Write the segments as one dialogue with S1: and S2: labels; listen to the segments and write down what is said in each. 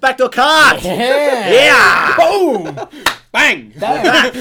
S1: back to a card.
S2: Yeah.
S1: Yeah.
S2: Boom!
S3: Bang!
S2: Dang.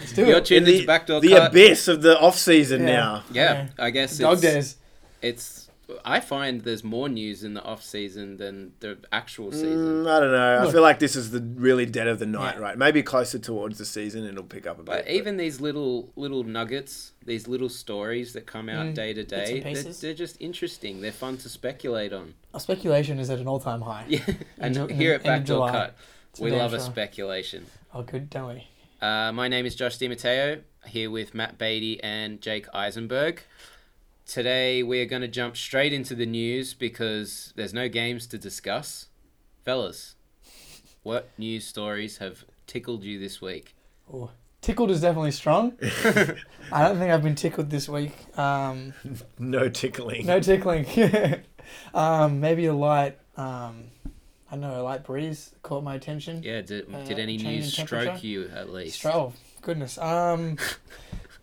S2: Let's do
S3: You're
S2: it.
S1: In
S3: tuned
S1: the,
S3: into Backdoor
S1: the
S3: Cut.
S1: abyss of the off season
S2: Yeah.
S1: now.
S3: Yeah, I guess
S2: Dog
S3: it's,
S2: days.
S3: it's. I find there's more news in the off season than the actual season.
S1: Mm, I don't know. I
S2: Look.
S1: feel like this is the really dead of the night,
S2: Yeah.
S1: right? Maybe closer towards the season, it'll pick up a bit.
S3: But even these little little nuggets, these little stories that come out
S2: Mm,
S3: day to
S2: and
S3: day, they're,
S2: pieces.
S3: they're just interesting. They're fun to speculate on.
S2: Our speculation is at an all-time high.
S3: Yeah, and
S2: Ju-
S3: here
S2: in-
S3: at
S2: end of
S3: Backdoor
S2: July.
S3: Cut,
S2: It's
S3: we
S2: damn
S3: love a
S2: sure.
S3: speculation.
S2: Oh, good, don't we?
S3: Uh, my name is Josh DiMatteo, here with Matt Beatty and Jake Eisenberg. Today we are going to jump straight into the news because there's no games to discuss. Fellas, what news stories have tickled you this week?
S2: Oh, tickled is definitely strong. I don't think I've been tickled this week. Um,
S1: no tickling.
S2: no tickling. um, maybe a light. Um, I don't know a light breeze caught my attention.
S3: Yeah, did,
S2: Uh,
S3: did any
S2: change in
S3: news stroke
S2: temperature?
S3: you at least?
S2: Stra- Oh goodness. Um,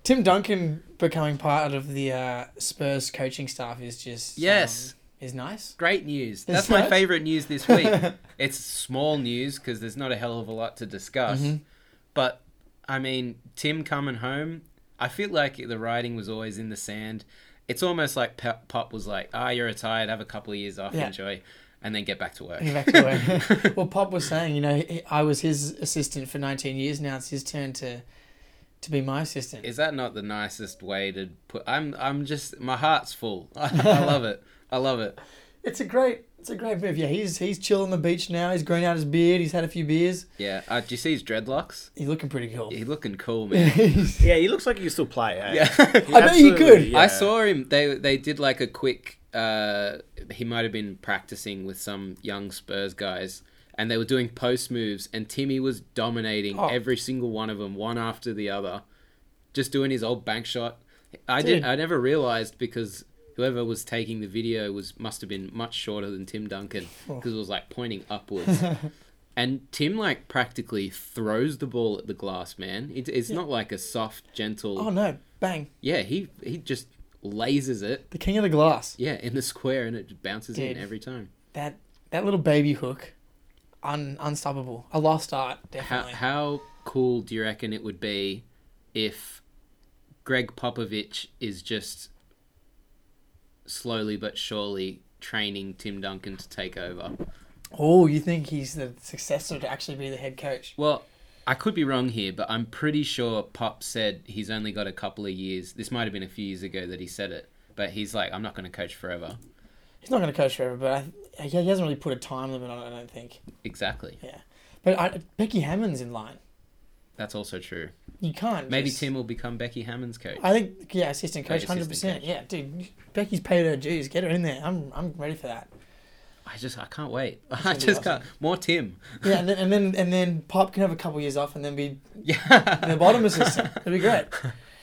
S2: Tim Duncan becoming part of the uh, Spurs coaching staff is just um,
S3: Yes.
S2: is nice.
S3: Great news.
S2: Is
S3: That's my
S2: that-
S3: favorite news this week. it's small news because there's not a hell of a lot to discuss.
S2: Mhm.
S3: But, I mean, Tim coming home, I feel like the writing was always in the sand. It's almost like Pop Pop was like, ah, you're retired, have a couple of years off,
S2: Yeah.
S3: enjoy, and then get back to work.
S2: Get back to work. well, Pop was saying, you know, he, I was his assistant for 19 years. Now it's his turn to to be my assistant.
S3: Is that not the nicest way to put I'm I'm just my heart's full. I, I love it. I love it.
S2: It's a great, it's a great move. Yeah, he's he's chill on the beach now. He's grown out his beard. He's had a few beers.
S3: Yeah. Uh, do you see his dreadlocks?
S2: He's looking pretty cool.
S3: He looking cool, man.
S2: He's-
S1: Yeah, he looks like he can still play. eh?
S3: Yeah.
S2: I bet he
S1: absolutely-
S2: could.
S1: yeah.
S3: I saw him. They they did like a quick. Uh, he might have been practicing with some young Spurs guys, and they were doing post moves, and Timmy was dominating
S2: Oh.
S3: every single one of them, one after the other, just doing his old bank shot. I
S2: Dude.
S3: did. I never realized because whoever was taking the video was must have been much shorter than Tim Duncan
S2: Oh.
S3: because it was like pointing upwards. And Tim like practically throws the ball at the glass, man. It, it's not like a soft, gentle.
S2: Oh no! Bang!
S3: Yeah, he he just lasers it.
S2: The king of the glass.
S3: Yeah, in the square, and it just bounces
S2: Dude.
S3: in every time.
S2: That that little baby hook, un, unstoppable. A lost art,
S3: How
S2: definitely.
S3: how cool do you reckon it would be if Greg Popovich is just slowly but surely training Tim Duncan to take over?
S2: Oh, you think he's the successor to actually be the head coach?
S3: Well, I could be wrong here, but I'm pretty sure Pop said he's only got a couple of years. This might have been a few years ago that he said it, but he's like, I'm not going to coach forever.
S2: He's not going to coach forever, but I, he hasn't really put a time limit on it. I don't think.
S3: Exactly.
S2: But I, Becky Hammond's in line.
S3: That's also true.
S2: You can't.
S3: Maybe
S2: just-
S3: Tim will become Becky Hammond's coach.
S2: I think yeah, assistant coach,
S3: Yeah,
S2: hundred
S3: assistant
S2: percent.
S3: coach.
S2: Yeah, dude, Becky's paid her dues. Get her in there. I'm I'm ready for that.
S3: I just I can't wait. I
S2: be
S3: just
S2: awesome.
S3: can't. More Tim.
S2: Yeah, and then and then and then Pop can have a couple years off and then be the
S3: Yeah.
S2: bottom assistant. That'd be great.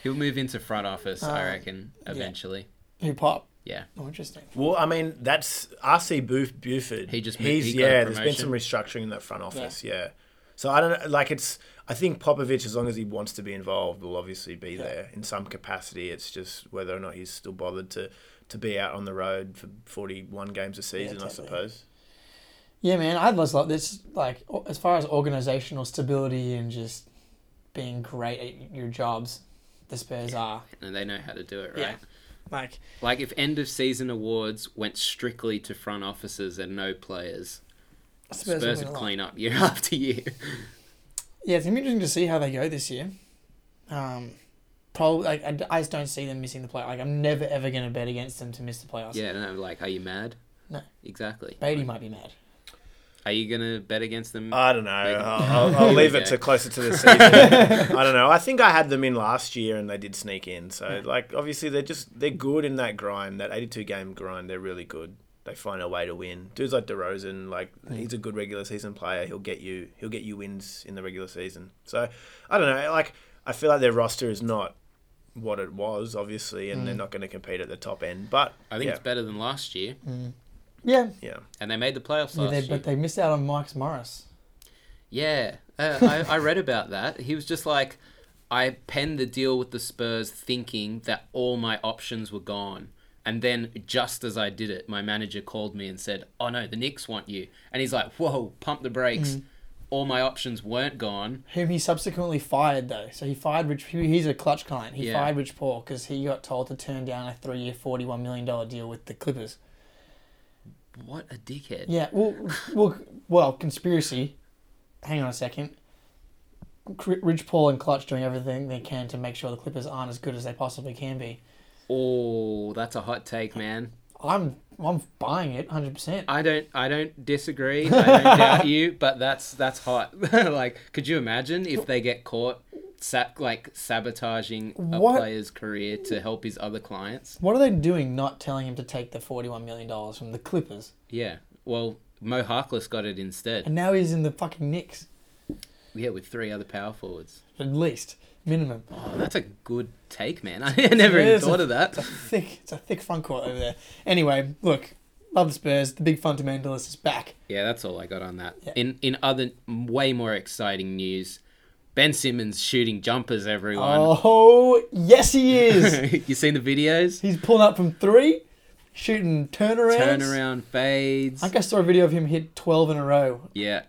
S3: He'll move into front office, I
S2: Um,
S3: reckon, eventually.
S2: Who Pop?
S3: Yeah.
S2: Oh, interesting.
S1: Well, I mean, that's RC Buf- Buford.
S3: He just-
S1: he's
S3: he got a
S1: yeah. There's been
S3: promotion.
S1: some restructuring in that front office. Yeah. So I don't know. Like it's. I think Popovich, as long as he wants to be involved, will obviously be there in some capacity. It's just whether or not he's still bothered to to be out on the road for 41 games a season, I
S2: totally.
S1: suppose.
S2: Yeah, man, I'd love like this. Like o- as far as organizational stability and just being great at your jobs, the Spurs are
S3: And they know how to do it, right?
S2: Yeah. like
S3: Like if end of season awards went strictly to front offices and no players, Spurs,
S2: will win
S3: would
S2: a lot.
S3: clean up year after year.
S2: Yeah, it's gonna be interesting to see how they go this year. Um, probably like I, I just don't see them missing the play. Like I'm never ever gonna bet against them to miss the playoffs.
S3: yeah, and I'm like, are you mad?
S2: No.
S3: Exactly.
S2: Beatty might be mad.
S3: Are you gonna bet against them?
S1: I don't know. I'll,
S3: Maybe.
S1: I'll, I'll leave it
S3: Okay.
S1: to closer to the season. I don't know. I think I had them in last year and they did sneak in. So
S3: Hmm.
S1: like obviously they're just they're good in that grind, that 82 game grind. They're really good. They find a way to win. Dudes like DeRozan, like
S3: Hmm.
S1: he's a good regular season player. He'll get you. He'll get you wins in the regular season. So I don't know. Like I feel like their roster is not what it was, obviously, and they're not going to compete at the top end. But
S3: Hmm. I think
S1: yeah,
S3: it's better than last year,
S2: Yeah,
S1: yeah.
S3: and they made the playoffs
S2: Mm. yeah
S3: last
S2: they,
S3: year.
S2: but they missed out on Mike's Morris.
S3: Yeah, uh, I, I read about that. He was just like, I penned the deal with the Spurs thinking that all my options were gone. And then just as I did it, my manager called me and said, "Oh no, the Knicks want you." And he's like, "Whoa, pump the brakes." All my options weren't gone.
S2: Whom he subsequently fired, though. So he fired Rich. he- He's a clutch client. He
S3: Yeah.
S2: fired Rich Paul because he got told to turn down a three-year, forty-one million dollar deal with the Clippers.
S3: What a dickhead.
S2: Yeah. Well, well, well. Conspiracy. Hang on a second. Cr- Rich Paul and Clutch doing everything they can to make sure the Clippers aren't as good as they possibly can be.
S3: Oh, that's a hot take, man.
S2: I'm I'm buying it 100. percent
S3: I don't I don't disagree. I don't doubt you, but that's that's hot. like, could you imagine if they get caught sa- like sabotaging a
S2: What?
S3: player's career to help his other clients?
S2: What are they doing? Not telling him to take the forty-one million dollars from the Clippers,
S3: Yeah. Well, Mo Harkless got it instead.
S2: and now he's in the fucking Knicks,
S3: Yeah, with three other power forwards.
S2: at least minimum.
S3: Oh, that's a good take, man. I never
S2: Yeah,
S3: even
S2: it's a-
S3: thought of that.
S2: It's a thick, it's a thick front court over there. Anyway, look, love the Spurs. The big fundamentalist is back.
S3: Yeah, that's all I got on that.
S2: Yeah.
S3: In in other way more exciting news, Ben Simmons shooting jumpers. Everyone,
S2: Oh yes, he is.
S3: you seen the videos?
S2: He's pulling up from three, shooting turnarounds.
S3: Turnaround fades.
S2: I think I saw a video of him hit twelve in a row.
S3: Yeah,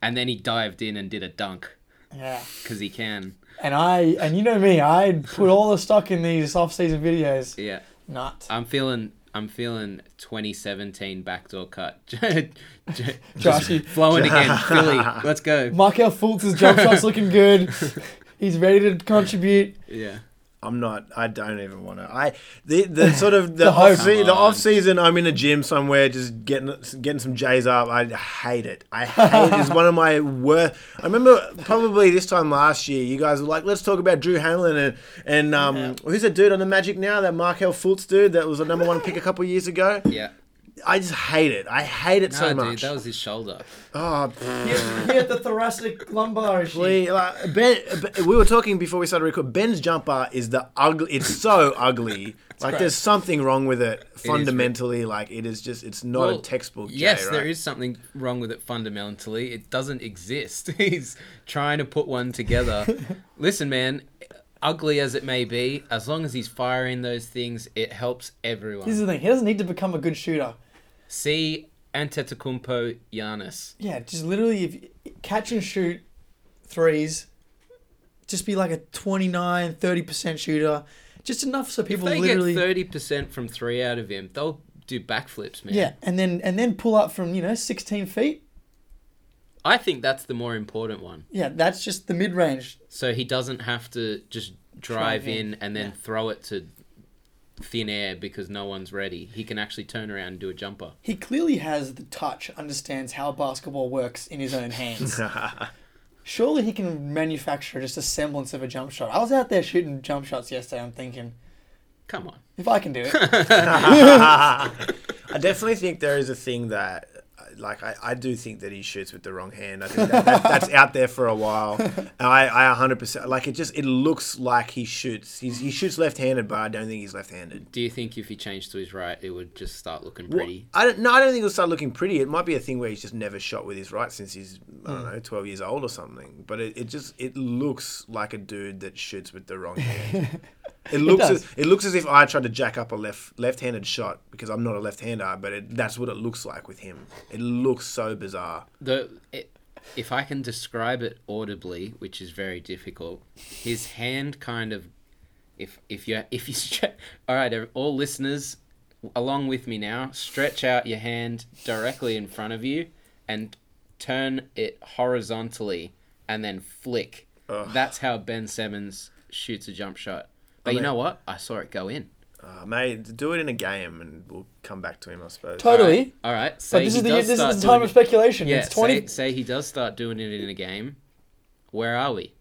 S3: and then he dived in and did a dunk
S2: Yeah.
S3: because he can.
S2: And I and you know me, I put all the stock in these off-season videos.
S3: Yeah,
S2: Not
S3: I'm feeling. I'm feeling 2017 backdoor cut. J- j-
S2: Josh, you-
S3: flowing again, Philly. Let's go.
S2: Markel Fultz's jump shot's looking good. He's ready to contribute.
S3: Yeah.
S1: I'm not. I don't even want to. I the the sort of the,
S2: The hope.
S1: off se-
S3: Come
S1: the
S3: on.
S1: off season. I'm in a gym somewhere, just getting getting some J's up. I hate it. I hate it. It's one of my worst. I remember probably this time last year, you guys were like, "Let's talk about Drew Hanlon and and um, who's that dude on the Magic now? That Markel Fultz dude that was a number one pick a couple years ago.
S3: Yeah.
S1: I just hate it. I hate it
S3: No,
S1: so
S3: dude,
S1: much.
S3: that was his shoulder.
S1: oh, pff,
S2: He had, he had the thoracic lumbar issue.
S1: please. Like, ben, Ben- we were talking before we started recording. Ben's jumper is the ugly. It's so ugly. like
S2: great.
S1: there's something wrong with it fundamentally. like it is just. It's not
S3: Well,
S1: a textbook. J,
S3: Yes,
S1: right?
S3: there is something wrong with it fundamentally. It doesn't exist. He's trying to put one together. Listen, man, ugly as it may be, as long as he's firing those things, it helps everyone.
S2: This is the thing. He doesn't need to become a good shooter.
S3: See Antetokounmpo Giannis.
S2: Yeah, just literally if you- catch and shoot threes, just be like a 29, 30% shooter. Just enough so
S3: If
S2: people
S3: they
S2: literally
S3: get thirty percent from three out of him, they'll do backflips, man.
S2: Yeah, and then and then pull up from, you know, 16 feet.
S3: I think that's the more important one.
S2: Yeah, that's just the mid-range.
S3: So he doesn't have to just drive
S2: Drive in,
S3: in and then
S2: yeah.
S3: throw it to thin air because no one's ready. He can actually turn around and do a jumper.
S2: He clearly has the touch, understands how basketball works in his own hands. Surely he can manufacture just a semblance of a jump shot. I was out there shooting jump shots yesterday. I'm thinking,
S3: Come on.
S2: if I can do it,
S1: I definitely think there is a thing that, uh, like, I, I do think that he shoots with the wrong hand. I think that, that, that's out there for a while. And I, I 100%, like, it just, it looks like he shoots. He's, he shoots left handed, but I don't think he's left handed.
S3: Do you think if he changed to his right, it would just start looking pretty?
S1: I don't. No, I don't think it'll start looking pretty. It might be a thing where he's just never shot with his right since he's I don't know twelve years old or something. But it, it just it looks like a dude that shoots with the wrong hand. It looks
S2: does.
S1: as, it looks as if I tried to jack up a left left-handed shot because I'm not a left-hander, but it, that's what it looks like with him. It looks so bizarre.
S3: The it, if I can describe it audibly, which is very difficult, his hand kind of, if if you if you stretch, all right, ev- all listeners, along with me now, stretch out your hand directly in front of you, and turn it horizontally, and then flick. That's how Ben Simmons shoots a jump shot. But you
S1: mean-
S3: know what? I saw it go in.
S1: Uh, mate, do it in a game and we'll come back to him, I suppose.
S2: totally.
S3: All right. So
S2: But this
S3: he
S2: is the
S3: does
S2: this
S3: start
S2: is the time
S3: doing
S2: of
S3: it.
S2: speculation.
S3: Yeah,
S2: it's 20
S3: say, say he does start doing it in a game. Where are we?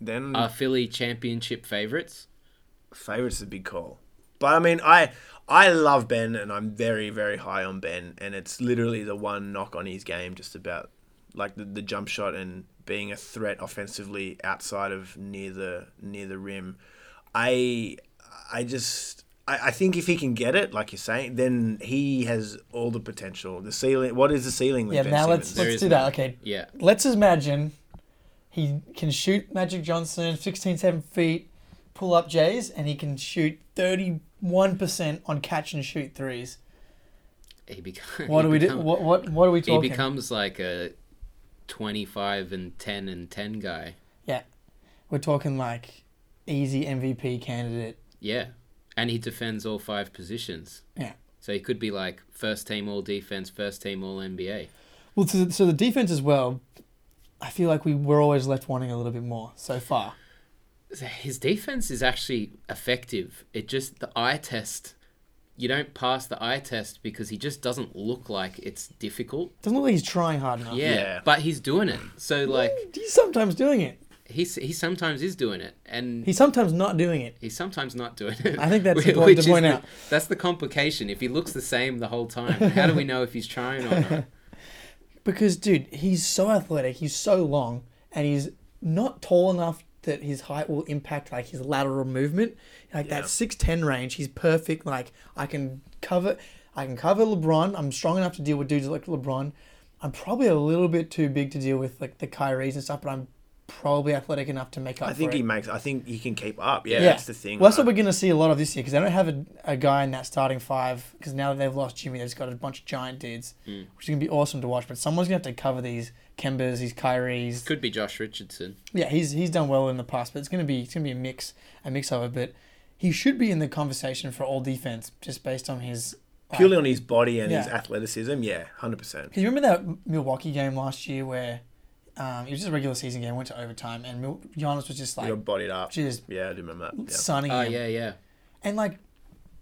S1: Then
S3: Are Philly championship favorites?
S1: Favorites is a big call, but I mean, I I love Ben, and I'm very very high on Ben, and it's literally the one knock on his game, just about like the, the jump shot and being a threat offensively outside of near the near the rim. I I just. I I think if he can get it, like you're saying, then he has all the potential. The ceiling. What is the ceiling? With
S2: Yeah,
S1: Ben
S2: now
S1: Simmons?
S2: let's
S3: There
S2: let's
S3: is
S2: do
S3: none.
S2: that. Okay.
S3: Yeah.
S2: Let's imagine he can shoot Magic Johnson 16, 7 feet, pull up Jays, and he can shoot 31% one percent on catch and shoot threes.
S3: He becomes.
S2: What do we do? What what what are we
S3: He
S2: talking?
S3: becomes like a twenty-five and ten and ten guy.
S2: yeah, we're talking like easy MVP candidate.
S3: Yeah, and he defends all five positions.
S2: Yeah.
S3: So he could be like first team all defense, first team all NBA.
S2: Well, so, so the defense as well. I feel like we were always left wanting a little bit more so far.
S3: His defense is actually effective. It just the eye test. You don't pass the eye test because he just doesn't look like it's difficult.
S2: Doesn't look like he's trying hard enough.
S3: Yeah,
S1: Yeah.
S3: but he's doing it. So like
S2: He's sometimes doing it.
S3: he s- he sometimes is doing it, and
S2: He's sometimes not doing it.
S3: he's sometimes not doing it.
S2: I think that's
S3: Wh-
S2: important to
S3: which is
S2: point
S3: the-
S2: out.
S3: That's the complication. If he looks the same the whole time, how do we know if he's trying or not?
S2: Because, dude, he's so athletic, he's so long, and he's not tall enough that his height will impact like his lateral movement. Like
S1: Yeah.
S2: that six ten range, he's perfect. Like I can cover, I can cover LeBron. I'm strong enough to deal with dudes like LeBron. I'm probably a little bit too big to deal with like the Kyrie's and stuff, but I'm probably athletic enough to make up.
S1: I think
S2: for
S1: he
S2: it.
S1: makes. I think he can keep up. Yeah,
S2: Yeah.
S1: that's the thing.
S2: Well, that's what
S1: I-
S2: we're going to see a lot of this year because they don't have a, a guy in that starting five because now that they've lost Jimmy, they've just got a bunch of giant dudes,
S1: Mm.
S2: which is going to be awesome to watch. But someone's going to have to cover these Kembas, these Kyries.
S3: Could be Josh Richardson.
S2: Yeah, he's he's done well in the past, but it's going to be it's going to be a mix a mix of it. But he should be in the conversation for all defense just based on his.
S1: purely on his body and his
S2: Yeah.
S1: athleticism. Yeah, hundred percent.
S2: Because you remember that Milwaukee game last year where um, it was just a regular season game, went to overtime, and Mil- Giannis was just
S1: He
S2: like
S1: got bodied up.
S2: just
S1: Yeah, I do remember that. Yeah.
S2: sunning
S3: Oh
S2: him.
S3: yeah, yeah.
S2: And like,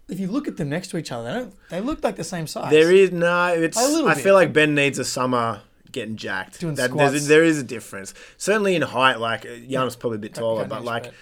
S2: if you look at them next to each other, they don't. They look like the same size.
S1: There is no. It's.
S2: A little
S1: I
S2: bit.
S1: feel like Ben needs a summer getting jacked.
S2: Doing
S1: there's
S2: squats.
S1: a, there is a difference. Certainly in height, like uh, Giannis probably a bit taller,
S2: got
S1: but
S2: news,
S1: like
S2: but-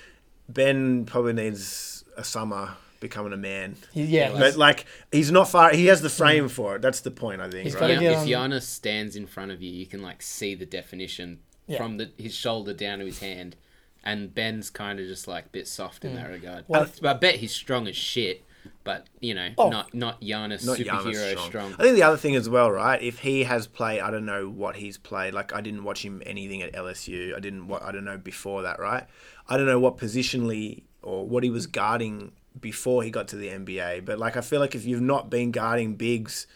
S1: Ben probably needs a summer becoming a man.
S2: He- yeah,
S1: But
S2: he's,
S1: like he's not far. He has the frame for it. That's the point. I think.
S2: He's
S1: right?
S2: Gotta
S3: Yeah,
S2: get
S3: if
S2: on-
S3: Giannis stands in front of you, you can like see the definition
S2: Yeah.
S3: from the, his shoulder down to his hand, and Ben's kind of just like a bit soft in that regard.
S2: Mm. Well-
S3: I, th- I bet he's strong as shit, but you know,
S2: Oh.
S3: not not Giannis
S1: not Giannis
S3: superhero
S1: strong.
S3: strong.
S1: I think the other thing as well, right? If he has played, I don't know what he's played. Like I didn't watch him anything at LSU. I didn't. What I don't know before that, right? I don't know what positionally or what he was guarding before he got to the NBA. But like I feel like if you've not been guarding bigs.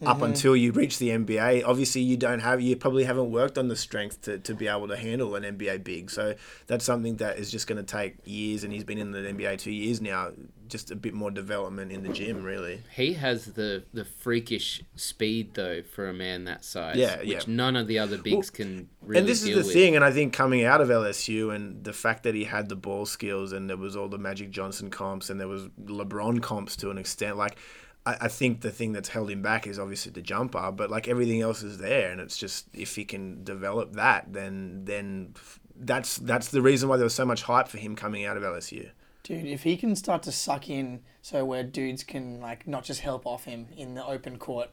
S3: Mm-hmm.
S1: Up until you reach the NBA, obviously you don't have you probably haven't worked on the strength to, to be able to handle an NBA big. So that's something that is just going to take years, and he's been in the NBA two years now. Just a bit more development in the gym, really.
S3: He has the the freakish speed though for a man that size,
S1: Yeah,
S3: which
S1: yeah.
S3: none of the other bigs can really
S1: and this is
S3: deal
S1: the
S3: with.
S1: thing, and I think coming out of LSU and the fact that he had the ball skills and there was all the Magic Johnson comps and there was LeBron comps to an extent, like I, I think the thing that's held him back is obviously the jumper, but like everything else is there, and it's just if he can develop that, then then f- that's that's the reason why there was so much hype for him coming out of LSU.
S2: dude, if he can start to suck in, so where dudes can like not just help off him in the open court,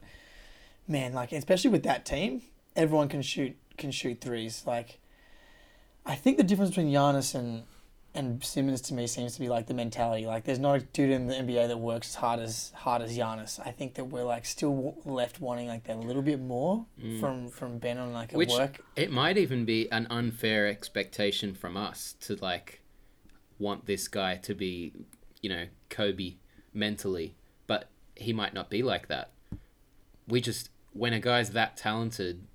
S2: man, like especially with that team, everyone can shoot can shoot threes. Like, I think the difference between Giannis and and Simmons to me seems to be like the mentality. Like, there's not a dude in the NBA that works as hard as hard as Giannis. I think that we're like still w- left wanting like that little bit more
S1: Mm.
S2: from from Ben on like a
S3: Which
S2: work.
S3: it might even be an unfair expectation from us to like want this guy to be, you know, Kobe mentally, but he might not be like that. We just when a guy's that talented,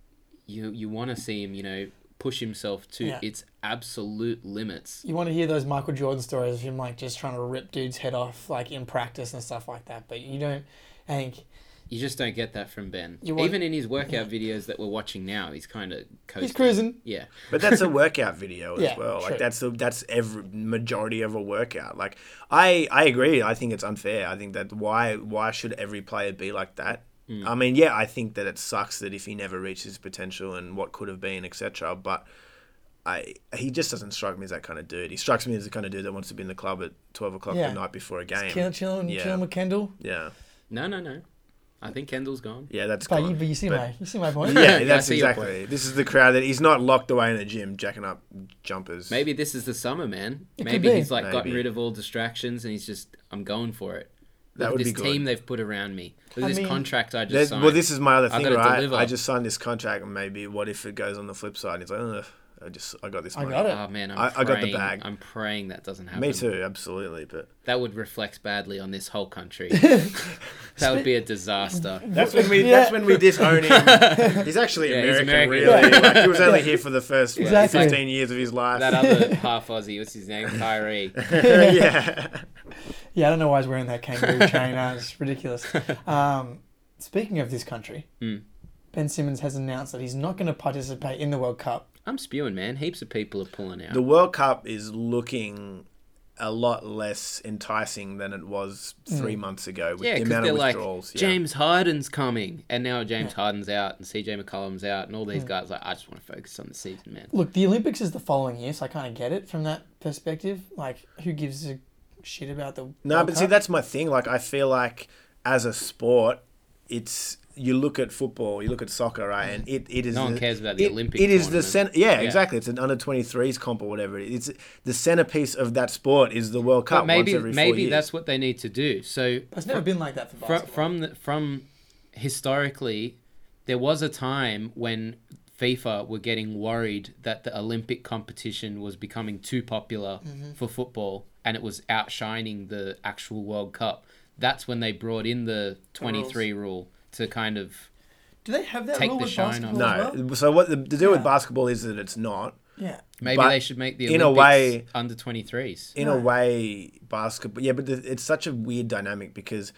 S3: you you want to see him, you know, push himself to
S2: Yeah.
S3: its absolute limits.
S2: You want to hear those Michael Jordan stories of him like just trying to rip dude's head off like in practice and stuff like that, but you don't. I think
S3: You just don't get that from Ben.
S2: You want-
S3: even in his workout videos that we're watching now, he's kind of coasting.
S2: he's cruising.
S3: Yeah.
S1: But that's a workout video as
S2: Yeah,
S1: well. Like
S2: true.
S1: that's the that's every majority of a workout. Like I I agree. I think it's unfair. I think that why why should every player be like that? I mean, yeah, I think that it sucks that if he never reaches his potential and what could have been, etc. But I he just doesn't strike me as that kind of dude. He strikes me as the kind of dude that wants to be in the club at twelve o'clock
S2: Yeah.
S1: the night before a game.
S2: Chilling, chilling,
S1: Yeah.
S2: chilling with Kendall.
S1: yeah,
S3: No, no, no. I think Kendall's gone.
S1: yeah, that's.
S2: But you,
S1: gone.
S2: but you see
S1: But-
S2: my, you see my point.
S1: yeah,
S3: Yeah, I
S1: that's
S3: see your
S1: exactly. This is the crowd that he's not locked away in a gym jacking up jumpers.
S3: Maybe this is the summer, man.
S2: It could
S3: Maybe
S2: be.
S3: he's like gotten
S1: Maybe.
S3: rid of all distractions and he's just I'm going for it.
S1: That
S3: Look
S1: would
S3: at
S1: be
S3: this team
S1: good.
S3: they've put around me. Look
S2: I
S3: at this
S2: mean-
S3: contract I just
S1: That-
S3: signed.
S1: well, this is my other
S3: I
S1: thing,
S3: gotta
S1: right?
S3: deliver.
S1: I just signed this contract, and maybe what if it goes on the flip side? And it's like, Ugh, I just I got this.
S2: I
S1: Money.
S2: got it.
S3: Oh man, I'm
S1: I- I got the
S3: praying-
S1: bag.
S3: I'm praying that doesn't happen.
S1: Me too, absolutely. But
S3: That would reflect badly on this whole country. that would be a disaster.
S1: that's when we
S2: Yeah.
S1: that's when we disown him. He's actually
S3: Yeah, he's
S1: American,
S3: American.
S1: really.
S2: Yeah.
S1: Like, he was only here for the first what,
S2: Exactly.
S1: 15 years of his life.
S3: That other half Aussie, what's his name? Kyrie.
S1: yeah.
S2: Yeah, I don't know why he's wearing that kangaroo chain. Uh, it's ridiculous. Um, speaking of this country,
S3: Hmm.
S2: Ben Simmons has announced that he's not going to participate in the World Cup.
S3: I'm spewing, man. Heaps of people are pulling out.
S1: The World Cup is looking a lot less enticing than it was three months ago with
S3: yeah,
S1: the
S3: because
S1: amount
S3: they're
S1: of
S3: like
S1: withdrawals. yeah.
S3: James Harden's coming, and now James Harden's out, and CJ McCollum's out, and all these guys are like I just want to focus on the season, man.
S2: Look, the Olympics is the following year, so I kind of get it from that perspective. Like, who gives a shit about the
S1: No,
S2: World
S1: but
S2: Cup?
S1: see, that's my thing. Like, I feel like as a sport, it's you look at football, you look at soccer, right? And it, it is
S3: No one
S1: the-
S3: cares about the
S1: it-
S3: Olympic
S1: It is the cen-
S3: tournament.
S1: yeah,
S3: Yeah.
S1: exactly. It's an under 23s comp or whatever. it is. It's the centerpiece of that sport is the World Cup.
S3: But maybe
S1: once every four
S3: maybe
S1: years.
S3: that's what they need to do. So
S2: It's never been like that for
S3: from
S2: basketball.
S3: from, the, from historically, there was a time when FIFA were getting worried that the Olympic competition was becoming too popular for football, and it was outshining the actual World Cup. That's when they brought in the twenty three rule to kind of
S2: Do they have that
S3: Take
S2: rule
S3: the
S2: with
S3: shine off.
S2: basketball? as well?
S1: no. So what the, the deal with
S2: Yeah.
S1: basketball is that it's not.
S2: Yeah.
S3: maybe
S1: But
S3: they should make the
S1: in a
S3: Olympics
S1: way-
S3: under twenty threes.
S1: in a way basketball yeah but the, it's such a weird dynamic because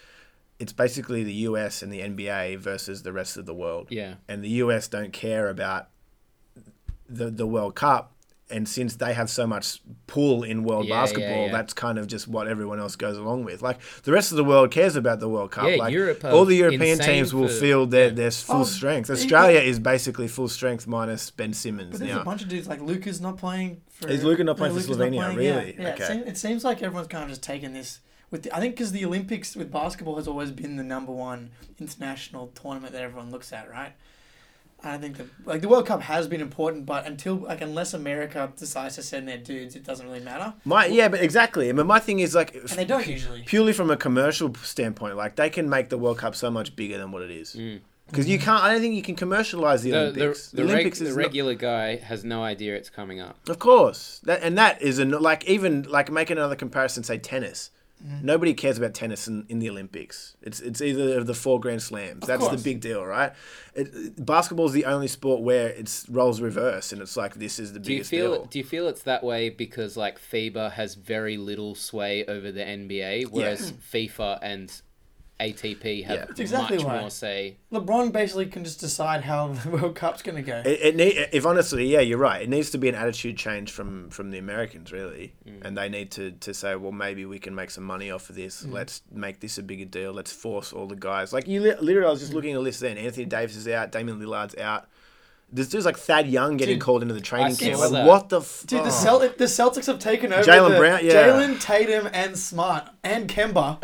S1: it's basically the US and the NBA versus the rest of the world
S3: Yeah.
S1: and the US don't care about the the World Cup and since they have so much pull in world
S3: Yeah, yeah,
S1: basketball
S3: yeah.
S1: that's kind of just what everyone else goes along with like the rest of the world cares about the world cup
S3: Yeah,
S1: like
S3: Europe are
S1: all the european
S3: insane
S1: teams will
S3: for-
S1: field their, their full
S2: Oh,
S1: strength
S2: they-
S1: australia is basically full strength minus ben
S2: But
S1: simmons
S2: there's
S1: now
S2: a bunch of dudes like Luca's not playing for.
S1: Is Luka not
S2: no,
S1: playing for
S2: Luka's
S1: Slovenia?
S2: yeah.
S1: Really?
S2: Yeah.
S1: Okay.
S2: It, seems, it seems like everyone's kind of just taken this. With the, I think because the Olympics with basketball has always been the number one international tournament that everyone looks at, right? I think the like the World Cup has been important, but until like unless America decides to send their dudes, it doesn't really matter.
S1: my yeah but exactly but my thing is like
S2: And they don't usually.
S1: purely from a commercial standpoint, like they can make the World Cup so much bigger than what it is. Because you can't. I don't think you can commercialize the,
S3: Mm. The,
S1: Olympics.
S3: the, the, reg-
S1: Olympics
S3: the
S1: is
S3: regular guy has no idea it's coming up.
S1: not, of course, that and that is an, like even like make another comparison. Say tennis. Nobody cares about tennis in, in the Olympics. It's it's either of the four Grand Slams. That's
S2: course.
S1: the big deal, right? It, basketball is the only sport where it's roles reverse, and it's like this is the
S3: Do you
S1: biggest
S3: feel
S1: deal.
S3: do you feel it's that way because like FIBA has very little sway over the NBA, whereas FIFA and ATP
S1: Yeah.
S3: have
S1: That's
S2: exactly
S3: much
S2: why.
S3: more say.
S2: LeBron basically can just decide how the World Cup's gonna go.
S1: It, it need, if honestly, yeah, you're right. It needs to be an attitude change from from the Americans, really,
S3: Mm.
S1: and they need to to say, well, maybe we can make some money off of this.
S3: Mm.
S1: Let's make this a bigger deal. Let's force all the guys. Like you, li- literally, I was just
S3: Mm.
S1: looking at a list. Then Anthony Davis is out. Damian Lillard's out. There's dudes like Thad Young getting
S2: Dude,
S1: called into the training
S3: saw
S1: camp. Like,
S3: that.
S1: what the f-
S2: Dude,
S1: oh.
S2: the, Cel- the Celtics have taken over.
S1: Jaylen
S2: the-
S1: Brown, yeah.
S2: Jaylen, Tatum, and Smart and Kemba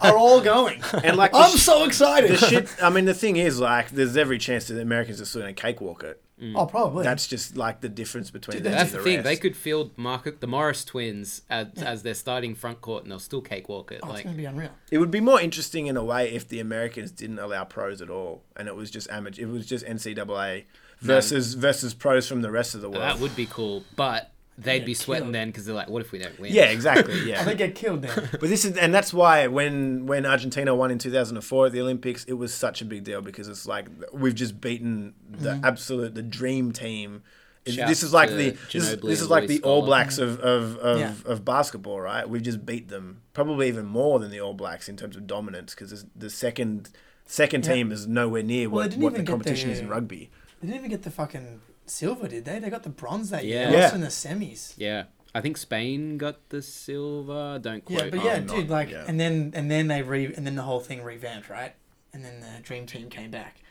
S2: are all going.
S1: And like the
S2: I'm
S1: sh-
S2: so excited.
S1: the shit. I mean, the thing is, like, there's every chance that the Americans are still going to cakewalk it.
S2: Oh, probably.
S1: That's just like the difference between them
S3: Mm. That's
S1: and
S3: the thing.
S1: Rest.
S3: They could field market the Morris twins as, as their starting front court, and they'll still cakewalk it.
S2: oh, it's
S3: like
S2: gonna be unreal.
S1: It would be more interesting in a way if the Americans didn't allow pros at all, and it was just amateur. It was just NCAA versus versus pros from the rest of the world.
S3: that would be cool, but they'd be
S2: Yeah,
S3: sweating
S2: killed.
S3: then because they're like, "What if we don't win?"
S1: yeah, exactly.
S2: Oh,
S1: Yeah,
S2: they get killed then.
S1: but this is, and that's why when when Argentina won in two thousand and four at the Olympics, it was such a big deal because it's like we've just beaten the absolute the dream team. It-
S3: Mm-hmm. Shout
S1: this is like
S3: to
S1: the this, is-
S3: Ginobili
S1: this is
S3: and
S1: like
S3: Luis
S1: the All
S3: Scola.
S1: Blacks of of of,
S2: Yeah.
S1: of basketball, right? We've just beat them probably even more than the All Blacks in terms of dominance because the second second
S2: Yeah.
S1: team is nowhere near
S2: Well, they
S1: what,
S2: didn't
S1: what the
S2: even get
S1: competition
S2: the-
S1: is in rugby.
S2: they didn't even get the fucking silver, did they? They got the bronze that
S3: Yeah.
S2: year. They lost
S1: Yeah.
S2: in the semis.
S3: yeah. I think Spain got the silver. Don't
S2: Yeah,
S3: quote.
S2: but
S3: me.
S2: yeah,
S1: I'm
S2: dude,
S1: not-
S2: like,
S1: yeah.
S2: and then and then they re and then the whole thing revamped, right? And then the dream team came back.